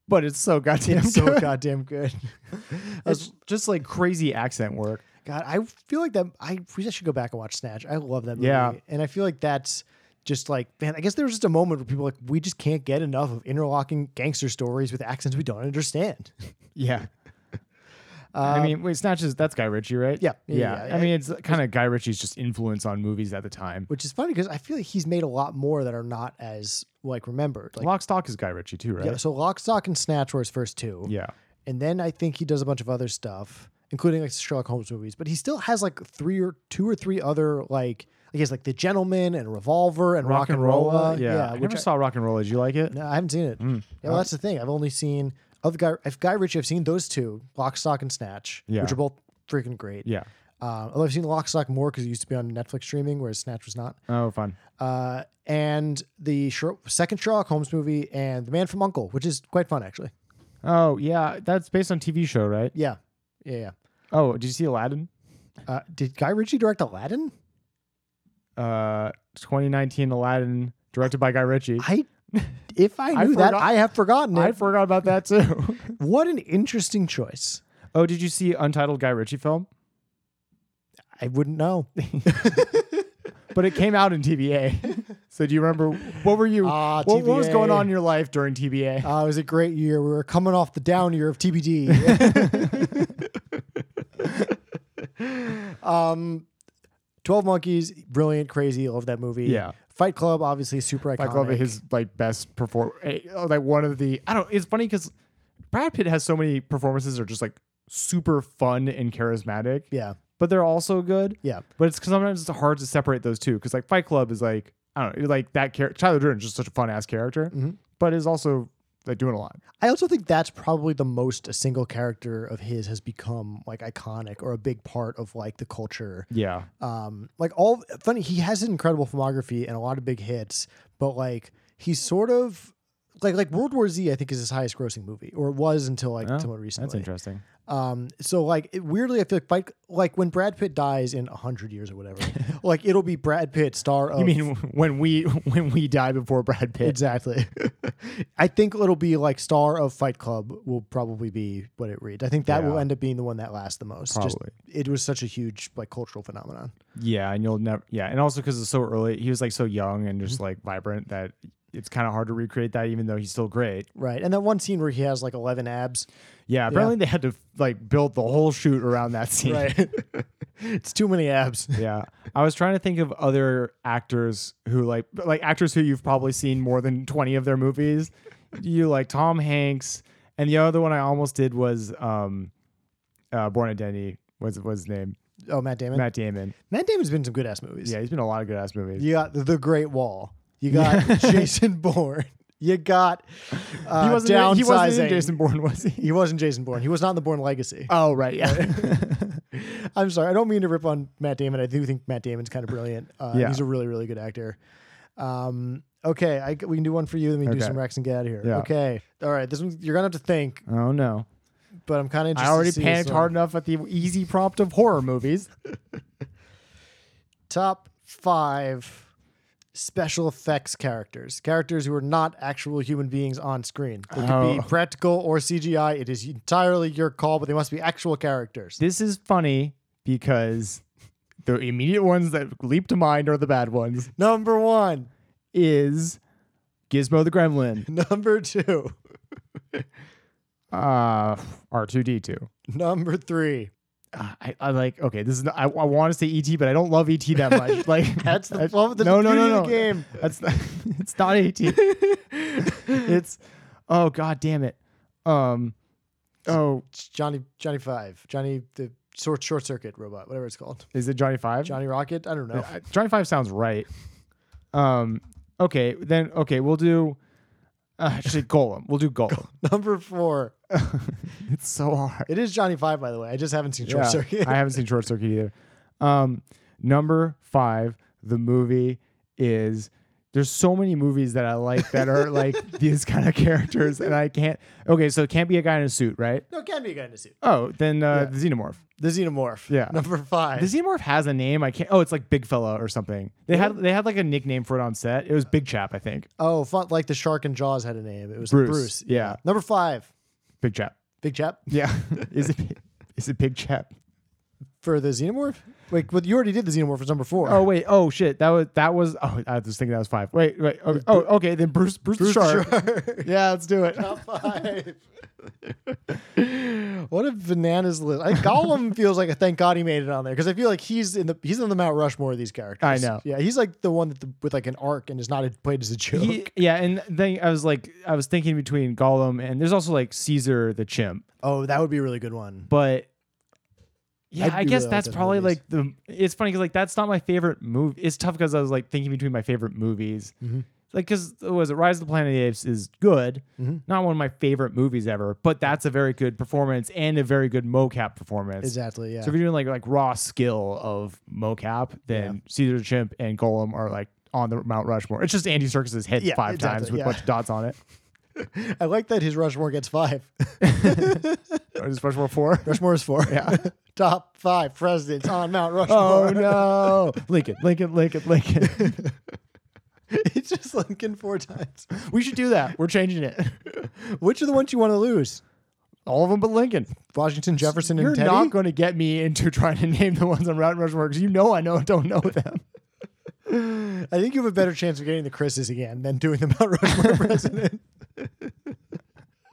Speaker 2: but it's so goddamn
Speaker 3: It's so
Speaker 2: good.
Speaker 3: goddamn good.
Speaker 2: It's just like crazy accent work.
Speaker 3: God, I feel like that. I we should go back and watch Snatch. I love that movie.
Speaker 2: Yeah.
Speaker 3: And I feel like that's just like, man, I guess there was just a moment where people were like, we just can't get enough of interlocking gangster stories with accents we don't understand.
Speaker 2: Yeah. I mean, wait, Snatch is that's Guy Ritchie, right?
Speaker 3: Um, Yeah, yeah,
Speaker 2: yeah.
Speaker 3: yeah,
Speaker 2: I
Speaker 3: yeah.
Speaker 2: mean, it's kind of Guy Ritchie's just influence on movies at the time.
Speaker 3: Which is funny because I feel like he's made a lot more that are not as like remembered. Like,
Speaker 2: Lock, Stock is Guy Ritchie too, right?
Speaker 3: yeah, so Lock, Stock, and Snatch were his first two.
Speaker 2: Yeah.
Speaker 3: and then I think he does a bunch of other stuff, including like Sherlock Holmes movies. But he still has like three or two or three other like I guess like The Gentleman and Revolver and Rock, and Roll.
Speaker 2: Yeah. I
Speaker 3: which
Speaker 2: never saw Mm. Rock and Roll. Did you like it?
Speaker 3: I, no, I haven't seen it. Yeah, well, that's the thing. I've only seen of Guy if Guy Ritchie. I've seen those two, Lock, Stock, and Snatch,
Speaker 2: Yeah.
Speaker 3: which are both freaking great.
Speaker 2: Yeah.
Speaker 3: Uh, although I've seen Lock, Stock more because it used to be on Netflix streaming, whereas Snatch was not.
Speaker 2: Oh, fun.
Speaker 3: Uh, and the Sher- second Sherlock Holmes movie and The Man from Uncle, which is quite fun actually.
Speaker 2: Oh, yeah. That's based on TV show, right?
Speaker 3: Yeah, yeah, yeah.
Speaker 2: Oh, did you see Aladdin?
Speaker 3: Uh, did Guy Ritchie direct Aladdin?
Speaker 2: Uh, 2019 Aladdin, directed by Guy Ritchie.
Speaker 3: I, if I knew
Speaker 2: I
Speaker 3: that,
Speaker 2: forgot-
Speaker 3: I have forgotten it.
Speaker 2: I forgot about that too.
Speaker 3: what an interesting choice.
Speaker 2: oh, did you see Untitled Guy Ritchie film?
Speaker 3: I wouldn't know. Uh,
Speaker 2: but it came out in TBA. so do you remember what were you
Speaker 3: Ah,
Speaker 2: what, what was
Speaker 3: TBA.
Speaker 2: going on in your life during TBA?
Speaker 3: Uh, it was a great year. We were coming off the down year of TBD. um, Twelve Monkeys, brilliant, crazy. Love that movie.
Speaker 2: Yeah.
Speaker 3: Fight Club, obviously super iconic.
Speaker 2: Fight Club is his like best perform eh, oh, like one of the I don't it's funny cuz Brad Pitt has so many performances that are just like super fun and charismatic.
Speaker 3: yeah,
Speaker 2: But they're also good.
Speaker 3: yeah.
Speaker 2: But it's 'cause sometimes it's hard to separate those two cuz like Fight Club is like I don't know, like that character Tyler Durden is just such a fun ass character, but is also like doing a lot.
Speaker 3: I also think that's probably the most a single character of his has become like iconic or a big part of like the culture.
Speaker 2: Yeah.
Speaker 3: um like all funny he has an incredible filmography and a lot of big hits but like he's sort of like like world war z i think is his highest grossing movie or it was until like
Speaker 2: Oh,
Speaker 3: somewhat
Speaker 2: That's
Speaker 3: recently
Speaker 2: interesting.
Speaker 3: um so like it- weirdly i feel like Fight- like when brad pitt dies in 100 years or whatever like it'll be brad pitt star of
Speaker 2: You mean when we when we die before Brad Pitt?
Speaker 3: exactly i think it'll be like star of fight club will probably be what it reads i think that will
Speaker 2: Yeah.
Speaker 3: end up being the one that lasts the most
Speaker 2: Probably.
Speaker 3: just it was such a huge like cultural phenomenon
Speaker 2: Yeah, and you'll never. Yeah, and also because it's so early, he was like so young and just like vibrant that it's kind of hard to recreate that, even though he's still great.
Speaker 3: right and that one scene where he has like 11 abs
Speaker 2: Yeah, apparently they had to like build the whole shoot around that scene.
Speaker 3: Right. it's too many abs.
Speaker 2: yeah, I was trying to think of other actors who like like actors who you've probably seen more than twenty of their movies. You like Tom Hanks, and the other one I almost did was um uh, Born Identity was was his name.
Speaker 3: Oh, Matt Damon. Matt,
Speaker 2: Matt Damon.
Speaker 3: Damon's been in some good ass movies.
Speaker 2: Yeah, he's been in a lot of good ass movies.
Speaker 3: You got The Great Wall. You got Jason Bourne. You got uh,
Speaker 2: he wasn't. in-
Speaker 3: downsizing.
Speaker 2: he wasn't in Jason Bourne, was he?
Speaker 3: He wasn't Jason Bourne. He was not in the Bourne Legacy.
Speaker 2: Oh right, yeah.
Speaker 3: I'm sorry. I don't mean to rip on Matt Damon. I do think Matt Damon's kind of brilliant. Uh,
Speaker 2: Yeah.
Speaker 3: He's a really, really good actor. Um, okay, I, we can do one for you. Then we can do
Speaker 2: Okay.
Speaker 3: some Rex and get out of here.
Speaker 2: Yeah.
Speaker 3: Okay. All right. This one you're gonna have to think,
Speaker 2: oh no.
Speaker 3: but I'm kind of
Speaker 2: I
Speaker 3: interested.
Speaker 2: already
Speaker 3: to see uh,
Speaker 2: panicked
Speaker 3: this one.
Speaker 2: hard enough at the easy prompt of horror movies.
Speaker 3: Top five special effects characters. Characters who are not actual human beings on screen. They could be
Speaker 2: Oh.
Speaker 3: practical or CGI. It is entirely your call, but they must be actual characters.
Speaker 2: This is funny because the immediate ones that leap to mind are the bad ones.
Speaker 3: Number one.
Speaker 2: Is Gizmo the Gremlin,
Speaker 3: Number two.
Speaker 2: uh, R two D two. Uh,
Speaker 3: Number three.
Speaker 2: I, I like okay. This is not, I, I want to say ET, but I don't love ET that much. Like
Speaker 3: That's the,
Speaker 2: I-
Speaker 3: well, the
Speaker 2: no, no,
Speaker 3: beauty
Speaker 2: no,
Speaker 3: of
Speaker 2: no.
Speaker 3: the game.
Speaker 2: That's not, it's not ET. it's oh god damn it. Um, oh
Speaker 3: It's Johnny Johnny Five, Johnny the short short circuit robot, whatever it's called,
Speaker 2: is it Johnny Five?
Speaker 3: Johnny Rocket. I don't know.
Speaker 2: Uh, Johnny Five sounds right. Um, okay then okay we'll do. Uh, actually, Golem. We'll do Golem.
Speaker 3: Number four,
Speaker 2: it's so hard.
Speaker 3: it is Johnny Five, by the way. I just haven't seen short
Speaker 2: Yeah,
Speaker 3: circuit.
Speaker 2: I haven't seen Short Circuit either. Um, number five, the movie is. There's so many movies that I like that are like these kind of characters, and I can't. Okay, so it can't be a guy in a suit, right?
Speaker 3: no, it can be a guy in a suit.
Speaker 2: Oh, then uh, the xenomorph.
Speaker 3: The Xenomorph.
Speaker 2: Yeah.
Speaker 3: Number five.
Speaker 2: The xenomorph has a name. I can't. Oh, it's like Big Fella or something. They had they had like a nickname for it on set. It was Big Chap, I think.
Speaker 3: oh, fun, like the shark and Jaws had a name. It was Bruce.
Speaker 2: Bruce. Yeah,
Speaker 3: Number five,
Speaker 2: Big Chap.
Speaker 3: Big Chap
Speaker 2: Yeah, is it is it Big Chap?
Speaker 3: for the Xenomorph. Wait, well, you already did the Xenomorph was number four.
Speaker 2: Oh wait. Oh shit. That was that was. Oh, I was thinking that was five. Wait. Wait. Okay. Oh, okay. Then Bruce. Bruce, the
Speaker 3: Bruce the
Speaker 2: Shark. Yeah, let's do it.
Speaker 3: Top five. what a bananas list! I, Gollum feels like a thank God he made it on there because I feel like he's in the he's on the Mount Rushmore of these characters.
Speaker 2: I know.
Speaker 3: Yeah, he's like the one that the, with like an arc and is not played as a joke.
Speaker 2: He- yeah, and then I was like, I was thinking between Gollum and there's also like Caesar the chimp,
Speaker 3: oh, that would be a really good one.
Speaker 2: but yeah,
Speaker 3: I
Speaker 2: I,
Speaker 3: do
Speaker 2: guess
Speaker 3: really like
Speaker 2: that's
Speaker 3: those
Speaker 2: probably
Speaker 3: movies.
Speaker 2: like the. It's funny because like that's not my favorite movie. It's tough because I was like thinking between my favorite movies,
Speaker 3: Mm-hmm.
Speaker 2: like because was it Rise of the Planet of the Apes is good,
Speaker 3: Mm-hmm.
Speaker 2: not one of my favorite movies ever, but that's a very good performance and a very good mocap performance.
Speaker 3: Exactly. Yeah.
Speaker 2: So if you're doing like like raw skill of mocap, then Caesar the Chimp and Golem are like on the Mount Rushmore. It's just Andy Circus's head
Speaker 3: Yeah,
Speaker 2: five
Speaker 3: exactly,
Speaker 2: times with
Speaker 3: yeah.
Speaker 2: a bunch of dots on it.
Speaker 3: I like that his Rushmore gets five.
Speaker 2: Or is Rushmore four?
Speaker 3: Rushmore is four. Yeah. Top five presidents on Mount Rushmore.
Speaker 2: Oh no, Lincoln, Lincoln, Lincoln, Lincoln.
Speaker 3: it's just Lincoln four times.
Speaker 2: we should do that. We're changing it.
Speaker 3: Which are the ones you want to lose?
Speaker 2: All of them but Lincoln.
Speaker 3: Washington, Jefferson,
Speaker 2: You're
Speaker 3: and Teddy.
Speaker 2: not going to get me into trying to name the ones on Mount Rushmore because you know I know don't know them.
Speaker 3: I think you have a better chance of getting the Chris's again than doing the Mount Rushmore president.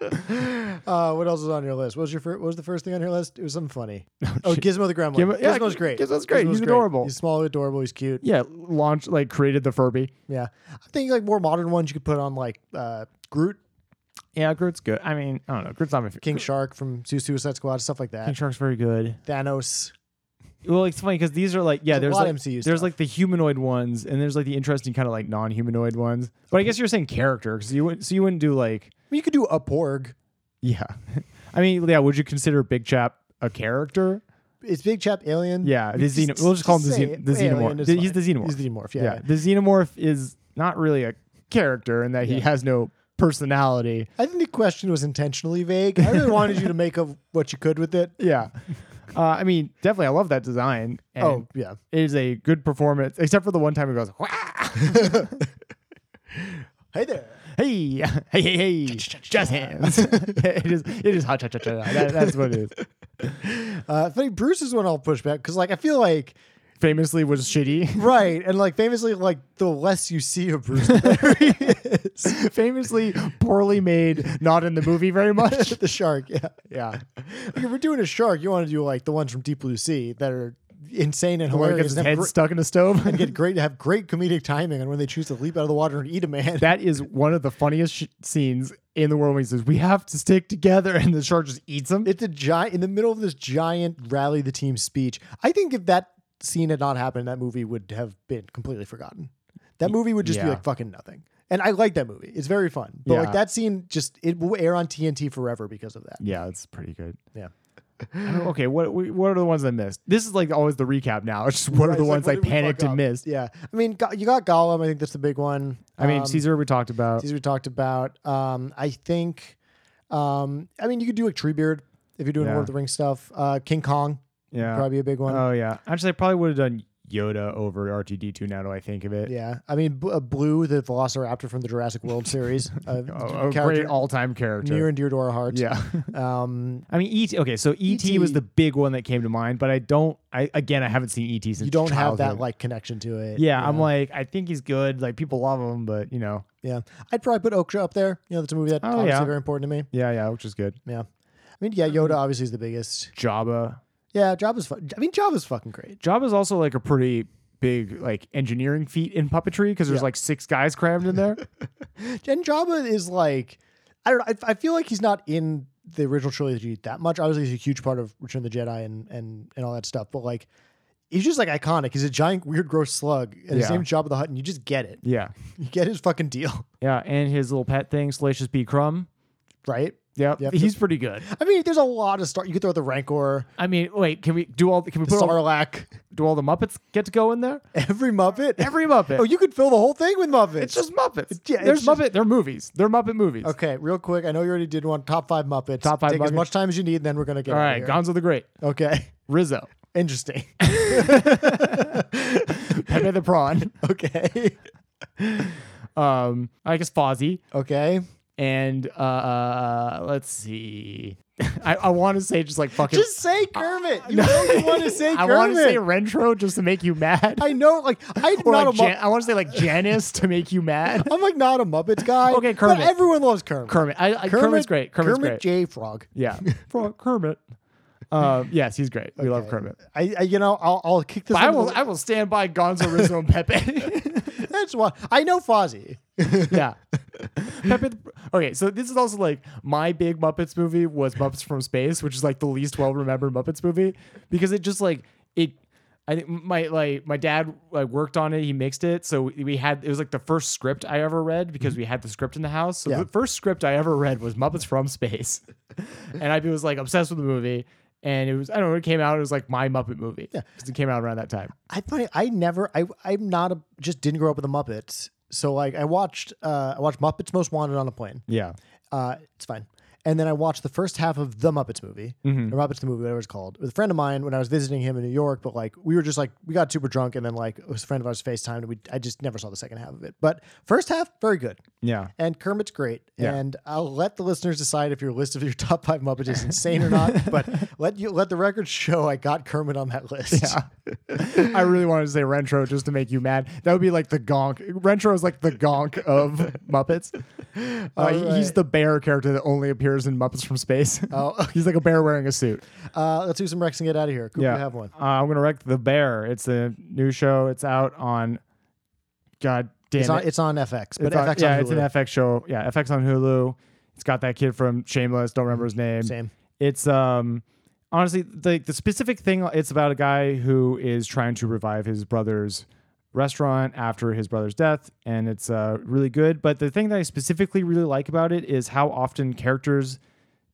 Speaker 3: uh, what else is on your list? What was your fir- what was the first thing on your list? It was something funny. Oh,
Speaker 2: shit.
Speaker 3: Gizmo the Gremlin.
Speaker 2: Gizmo- yeah,
Speaker 3: Gizmo's great.
Speaker 2: Gizmo's great. He's adorable.
Speaker 3: He's small, adorable. He's cute.
Speaker 2: Yeah, launched like created the Furby.
Speaker 3: Yeah, I think like more modern ones you could put on like uh, Groot,
Speaker 2: Yeah, Groot's good. I mean, I don't know. Groot's not my favorite.
Speaker 3: King Shark from Su- Suicide Squad, stuff like
Speaker 2: King
Speaker 3: that.
Speaker 2: Shark's very good.
Speaker 3: Thanos.
Speaker 2: Well, it's funny because these are like yeah,
Speaker 3: There's a
Speaker 2: there's
Speaker 3: lot
Speaker 2: like
Speaker 3: of MCU
Speaker 2: there's
Speaker 3: stuff.
Speaker 2: like the humanoid ones, and there's like the interesting kind of like non-humanoid ones. But I guess you're saying character because you wouldn't so you wouldn't do like
Speaker 3: I mean, you could do a Porg.
Speaker 2: yeah, I mean yeah, would you consider Big Chap a character?
Speaker 3: It's Big Chap Alien.
Speaker 2: Yeah, the
Speaker 3: Just-
Speaker 2: xeno- we'll just call him the
Speaker 3: say
Speaker 2: xen-
Speaker 3: it.
Speaker 2: the
Speaker 3: Alien
Speaker 2: xenomorph.
Speaker 3: is
Speaker 2: The- he's
Speaker 3: fine.
Speaker 2: the xenomorph.
Speaker 3: He's the xenomorph. Yeah.
Speaker 2: Yeah. the xenomorph is not really a character in that he has no personality.
Speaker 3: I think the question was intentionally vague. I really wanted you to make of what you could with it.
Speaker 2: Yeah, uh, I mean definitely I love that design. And
Speaker 3: Oh yeah,
Speaker 2: it is a good performance except for the one time he goes
Speaker 3: hey there.
Speaker 2: hey, hey, hey, hey, jazz hands. it is, it is hot cha cha cha. That, that's what it is.
Speaker 3: Uh, I think Bruce is one I'll push back because, like, I feel like
Speaker 2: Famously was shitty.
Speaker 3: right and like famously, like the less you see of Bruce, the better he is.
Speaker 2: Famously poorly made, not in the movie very much.
Speaker 3: the shark, yeah.
Speaker 2: Yeah,
Speaker 3: Like, if we're doing a shark, you want to do like the ones from Deep Blue Sea that are insane and
Speaker 2: Where it
Speaker 3: hilarious.
Speaker 2: gets his
Speaker 3: and have
Speaker 2: head
Speaker 3: gr-
Speaker 2: stuck in a stove.
Speaker 3: and get great have great comedic timing on when they choose to leap out of the water and eat a man.
Speaker 2: that is one of the funniest sh- scenes in the world when he says, "We have to stick together," and the shark just eats him.
Speaker 3: it's a giant in the middle of this giant rally the team speech. I think if that scene had not happened, that movie would have been completely forgotten. That movie would just be
Speaker 2: yeah.
Speaker 3: like fucking nothing. And I like that movie; it's very fun. But
Speaker 2: Yeah.
Speaker 3: like that scene, just it will air on TNT forever because of that.
Speaker 2: yeah, it's pretty good.
Speaker 3: Yeah.
Speaker 2: I don't- okay, what we- what are the ones I missed? This is like always the recap now. It's just what are
Speaker 3: Right,
Speaker 2: the
Speaker 3: it's like,
Speaker 2: ones
Speaker 3: what
Speaker 2: I
Speaker 3: did we fuck
Speaker 2: panicked and
Speaker 3: up?
Speaker 2: missed?
Speaker 3: Yeah, I mean, Go- you got Gollum. I think that's the big one.
Speaker 2: I mean,
Speaker 3: Um,
Speaker 2: Caesar we talked about.
Speaker 3: Caesar we talked about. Um, I think, um, I mean, you could do like Treebeard if you're doing
Speaker 2: Yeah.
Speaker 3: Lord of the Rings stuff. Uh, King Kong
Speaker 2: yeah.
Speaker 3: probably a big one.
Speaker 2: Oh yeah. Actually, I probably would have done Yoda over R2D2. Now that I think of it,
Speaker 3: Yeah, I mean, B- uh, Blue, the Velociraptor from the Jurassic World series,
Speaker 2: a,
Speaker 3: a
Speaker 2: a
Speaker 3: character
Speaker 2: Oh, great all-time character.
Speaker 3: near and dear to our hearts.
Speaker 2: yeah.
Speaker 3: Um,
Speaker 2: I mean, ET. Okay, so ET, was
Speaker 3: E.T.
Speaker 2: the big one that came to mind, but I don't. I again, I haven't seen ET since
Speaker 3: you don't have that
Speaker 2: childhood.
Speaker 3: like connection to it.
Speaker 2: Yeah,
Speaker 3: you
Speaker 2: I'm
Speaker 3: know?
Speaker 2: like, I think he's good. Like people love him, but you know,
Speaker 3: yeah, I'd probably put Okja up there. You know, that's a movie that's
Speaker 2: Oh,
Speaker 3: obviously
Speaker 2: yeah. Mm-hmm.
Speaker 3: very important to me.
Speaker 2: yeah, yeah, which is good.
Speaker 3: Yeah, I mean, yeah, Yoda obviously is the biggest.
Speaker 2: Jabba.
Speaker 3: Yeah, Jabba's. Fu- I mean, Jabba's fucking great.
Speaker 2: Jabba's also like a pretty big like engineering feat in puppetry because there's
Speaker 3: Yeah.
Speaker 2: like six guys crammed in there.
Speaker 3: And Jabba is like, I don't know. I, I feel like he's not in the original trilogy that much. Obviously, he's a huge part of Return of the Jedi and and and all that stuff. But like, he's just like iconic. He's a giant, weird, gross slug, and his
Speaker 2: Yeah.
Speaker 3: name's Jabba the Hutt, and you just get it.
Speaker 2: yeah,
Speaker 3: You get his fucking deal,
Speaker 2: yeah, and his little pet thing, Salacious B. Crumb.
Speaker 3: right?
Speaker 2: Yeah,
Speaker 3: Yep.
Speaker 2: he's pretty good.
Speaker 3: I mean, there's a lot of star. You could throw the Rancor,
Speaker 2: I mean, wait, can we do all? Can we
Speaker 3: the
Speaker 2: put all,
Speaker 3: Sarlacc,
Speaker 2: do all the Muppets get to go in there?
Speaker 3: every Muppet.
Speaker 2: Every Muppet.
Speaker 3: oh, you could fill the whole thing with Muppets.
Speaker 2: it's just Muppets.
Speaker 3: yeah, it's
Speaker 2: there's
Speaker 3: just-
Speaker 2: Muppet. They're movies. They're Muppet movies.
Speaker 3: okay. Real quick, I know you already did one. Top five Muppets.
Speaker 2: Top five
Speaker 3: Take as
Speaker 2: Muppets.
Speaker 3: much time as you need, and then we're gonna get
Speaker 2: All
Speaker 3: outta
Speaker 2: right,
Speaker 3: here.
Speaker 2: Gonzo the Great,
Speaker 3: Okay,
Speaker 2: Rizzo,
Speaker 3: interesting.
Speaker 2: Pepe the Prawn.
Speaker 3: okay,
Speaker 2: Um, I guess Fozzie.
Speaker 3: okay.
Speaker 2: and uh let's see i, I want to say just like fucking
Speaker 3: Just say Kermit. You know you want to say
Speaker 2: Uh, i
Speaker 3: Kermit. I
Speaker 2: want to say rentro just to make you mad
Speaker 3: know, like I'm
Speaker 2: Or
Speaker 3: not
Speaker 2: like
Speaker 3: a Mu-
Speaker 2: Jan- i want to say like janice to make you mad
Speaker 3: I'm like not a Muppets guy.
Speaker 2: Okay,
Speaker 3: But
Speaker 2: Kermit.
Speaker 3: everyone loves Kermit.
Speaker 2: kermit i, I kermit's great kermit's
Speaker 3: Kermit
Speaker 2: great
Speaker 3: J. Frog.
Speaker 2: yeah Frog- kermit um yes he's great we love
Speaker 3: Okay.
Speaker 2: kermit
Speaker 3: I, I you know, I'll, I'll kick this.
Speaker 2: but i
Speaker 3: under
Speaker 2: will
Speaker 3: the-
Speaker 2: i will stand by gonzo rizzo and pepe
Speaker 3: that's why I know Fozzie.
Speaker 2: yeah pepe the, okay so this is also like my big muppets movie was muppets from space which is like the least well remembered muppets movie because it just like it I think my like my dad like worked on it. He mixed it, so we had it was like the first script I ever read because we had the script in the house. So
Speaker 3: Yeah.
Speaker 2: the first script I ever read was Muppets from Space, and I was like obsessed with the movie. And it was I don't know it came out. It was like my Muppet movie because it came out around that time.
Speaker 3: I funny. I never. I I'm not a. Just didn't grow up with the Muppets. So like I watched. Uh, I watched Muppets Most Wanted on a plane.
Speaker 2: Yeah,
Speaker 3: Uh, it's fine. And then I watched the first half of the Muppets movie,
Speaker 2: Mm-hmm.
Speaker 3: or Muppets the movie, whatever it's called, with a friend of mine when I was visiting him in New York. But like, we were just like, we got super drunk, and then like, it was a friend of ours FaceTimed, and we I just never saw the second half of it. But first half, very good,
Speaker 2: yeah.
Speaker 3: and Kermit's great.
Speaker 2: Yeah.
Speaker 3: And I'll let the listeners decide if your list of your top five Muppets is insane or not. But let you let the record show I got Kermit on that list. Yeah.
Speaker 2: I really wanted to say Rentro just to make you mad. That would be like the gonk. Rentro is like the gonk of Muppets. Uh, he- He's
Speaker 3: right.
Speaker 2: the bear character that only appears in Muppets from Space.
Speaker 3: Oh.
Speaker 2: he's like a bear wearing a suit.
Speaker 3: Uh, let's do some Rex and get out of here. Coop,
Speaker 2: Yeah.
Speaker 3: you have one.
Speaker 2: Uh, I'm gonna wreck the bear. It's a new show. It's out on. God damn
Speaker 3: It's
Speaker 2: it!
Speaker 3: on, it's on FX, but
Speaker 2: It's on-
Speaker 3: FX
Speaker 2: yeah,
Speaker 3: on
Speaker 2: it's an
Speaker 3: Hulu.
Speaker 2: FX show. Yeah, FX on Hulu. It's got that kid from Shameless. Don't remember his name.
Speaker 3: Mm-hmm. Same.
Speaker 2: It's um honestly the the specific thing it's about a guy who is trying to revive his brother's restaurant after his brother's death and it's uh really good but the thing that I specifically really like about it is how often characters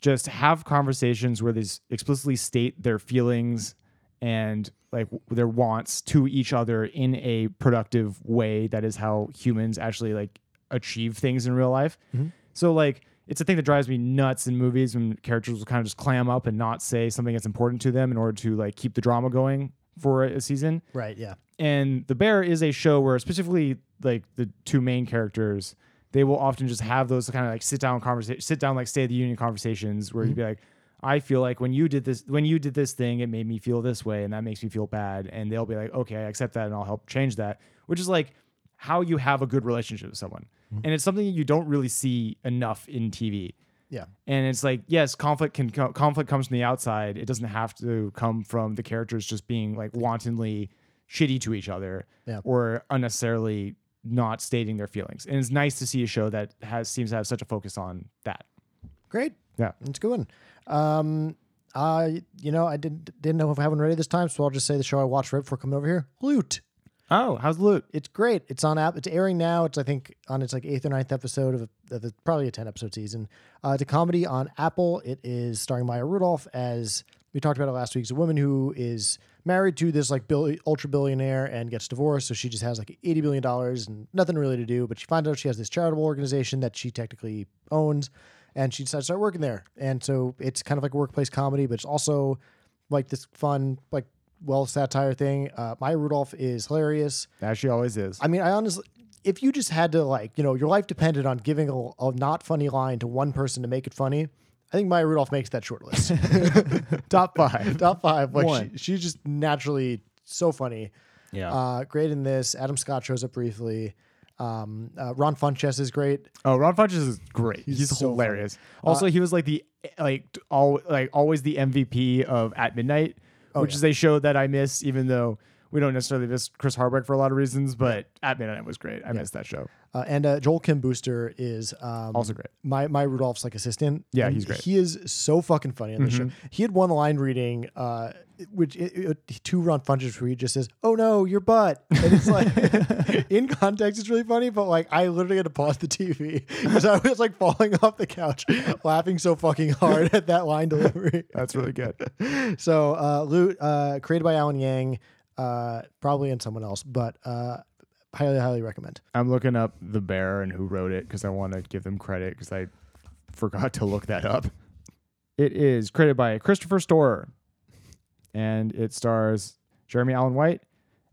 Speaker 2: just have conversations where they s- explicitly state their feelings and like w- their wants to each other in a productive way that is how humans actually like achieve things in real life so like it's a thing that drives me nuts in movies when characters will kind of just clam up and not say something that's important to them in order to like keep the drama going for a a season
Speaker 3: Right. Yeah.
Speaker 2: and the bear is a show where specifically like the two main characters they will often just have those kind of like sit down conversation sit down like state of the union conversations where you'd be like i feel like when you did this when you did this thing it made me feel this way and that makes me feel bad and they'll be like okay i accept that and i'll help change that which is like how you have a good relationship with someone and it's something you don't really see enough in tv
Speaker 3: Yeah.
Speaker 2: And it's like, yes, conflict can co- conflict comes from the outside. It doesn't have to come from the characters just being like wantonly shitty to each other
Speaker 3: Yeah.
Speaker 2: or unnecessarily not stating their feelings. And it's nice to see a show that has seems to have such a focus on that.
Speaker 3: Great.
Speaker 2: Yeah.
Speaker 3: It's a good one. Um, I you know I didn't didn't know if I haven't read it this time, so I'll just say the show I watched right before coming over here. Loot.
Speaker 2: Oh, how's loot?
Speaker 3: It's great. It's on app. It's airing now. It's I think on its like eighth or ninth episode of, a, of a, probably a ten episode season. Uh, it's a comedy on Apple. It is starring Maya Rudolph as we talked about it last week. It's a woman who is married to this like bill, ultra billionaire and gets divorced, so she just has like eighty billion dollars and nothing really to do. But she finds out she has this charitable organization that she technically owns, and she decides to start working there. And so it's kind of like a workplace comedy, but it's also like this fun like well satire thing. Uh, Maya Rudolph is hilarious.
Speaker 2: As she always is.
Speaker 3: I mean, I honestly, if you just had to like, you know, your life depended on giving a, a not funny line to one person to make it funny, I think Maya Rudolph makes that short list.
Speaker 2: Top five.
Speaker 3: Top five. Like,
Speaker 2: One.
Speaker 3: she, she's just naturally so funny.
Speaker 2: Yeah.
Speaker 3: Uh, great in this. Adam Scott shows up briefly. Um, uh, Ron Funches is great.
Speaker 2: Oh, Ron Funches is great. He's,
Speaker 3: so
Speaker 2: hilarious. Also, he was like the like t- all like always the MVP of At Midnight, which is a show that I miss, even though we don't necessarily miss Chris Hardwick for a lot of reasons. But At Midnight was great. I missed that show.
Speaker 3: Uh, and uh, Joel Kim Booster is um,
Speaker 2: Also great.
Speaker 3: My my Rudolph's like assistant.
Speaker 2: Yeah,
Speaker 3: And
Speaker 2: he's great. Mm-hmm.
Speaker 3: He is so fucking funny on the show. He had one line reading, uh, which it, it, two Ron Funches where he just says, "Oh no, your butt," and it's like in context, it's really funny. But like, I literally had to pause the TV because I was like falling off the couch, laughing so fucking hard at that line delivery.
Speaker 2: That's really good.
Speaker 3: So, uh, Loot, uh, created by Alan Yang, uh, probably in someone else, but uh, highly, highly recommend.
Speaker 2: I'm looking up the bear and who wrote it because I want to give them credit because I forgot to look that up. It is created by Christopher Storer, and it stars Jeremy Allen White,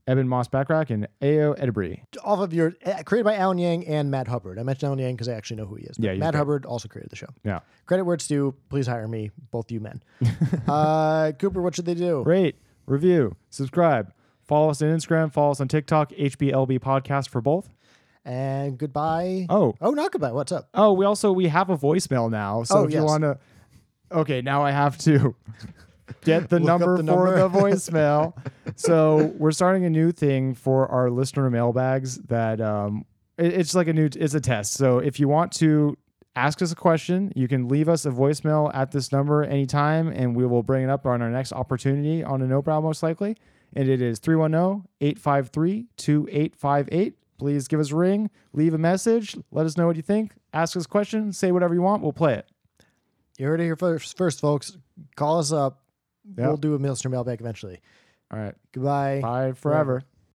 Speaker 2: Eben Moss Backrack, and Ayo Edebri.
Speaker 3: off of your uh, created by Alan Yang and Matt Hubbard. I mentioned Alan Yang because I actually know who he is. but
Speaker 2: Yeah, he's
Speaker 3: Matt
Speaker 2: great.
Speaker 3: Hubbard also created the show.
Speaker 2: Yeah.
Speaker 3: Credit where it's due. Please hire me, both you men. uh, Cooper, what should they do?
Speaker 2: rate, review, subscribe, follow us on Instagram, follow us on TikTok, HBLB podcast for both.
Speaker 3: And goodbye.
Speaker 2: Oh,
Speaker 3: oh, not goodbye. What's up?
Speaker 2: oh, we also we have a voicemail now, so
Speaker 3: Oh,
Speaker 2: if you
Speaker 3: yes.
Speaker 2: want to, okay, now I have to get the
Speaker 3: Look up
Speaker 2: number
Speaker 3: the
Speaker 2: for
Speaker 3: number.
Speaker 2: the voicemail. so we're starting a new thing for our listener mailbags that um, it- it's like a new it's a test. So if you want to. Ask us a question. You can leave us a voicemail at this number anytime, and we will bring it up on our next opportunity on a no brow, most likely. and it is 310-853-2858. Please give us a ring, leave a message, let us know what you think, ask us questions, say whatever you want, we'll play it.
Speaker 3: You heard it here first, first folks. Call us up.
Speaker 2: Yeah.
Speaker 3: We'll do a Milster mailbag eventually.
Speaker 2: All right.
Speaker 3: Goodbye.
Speaker 2: Bye forever.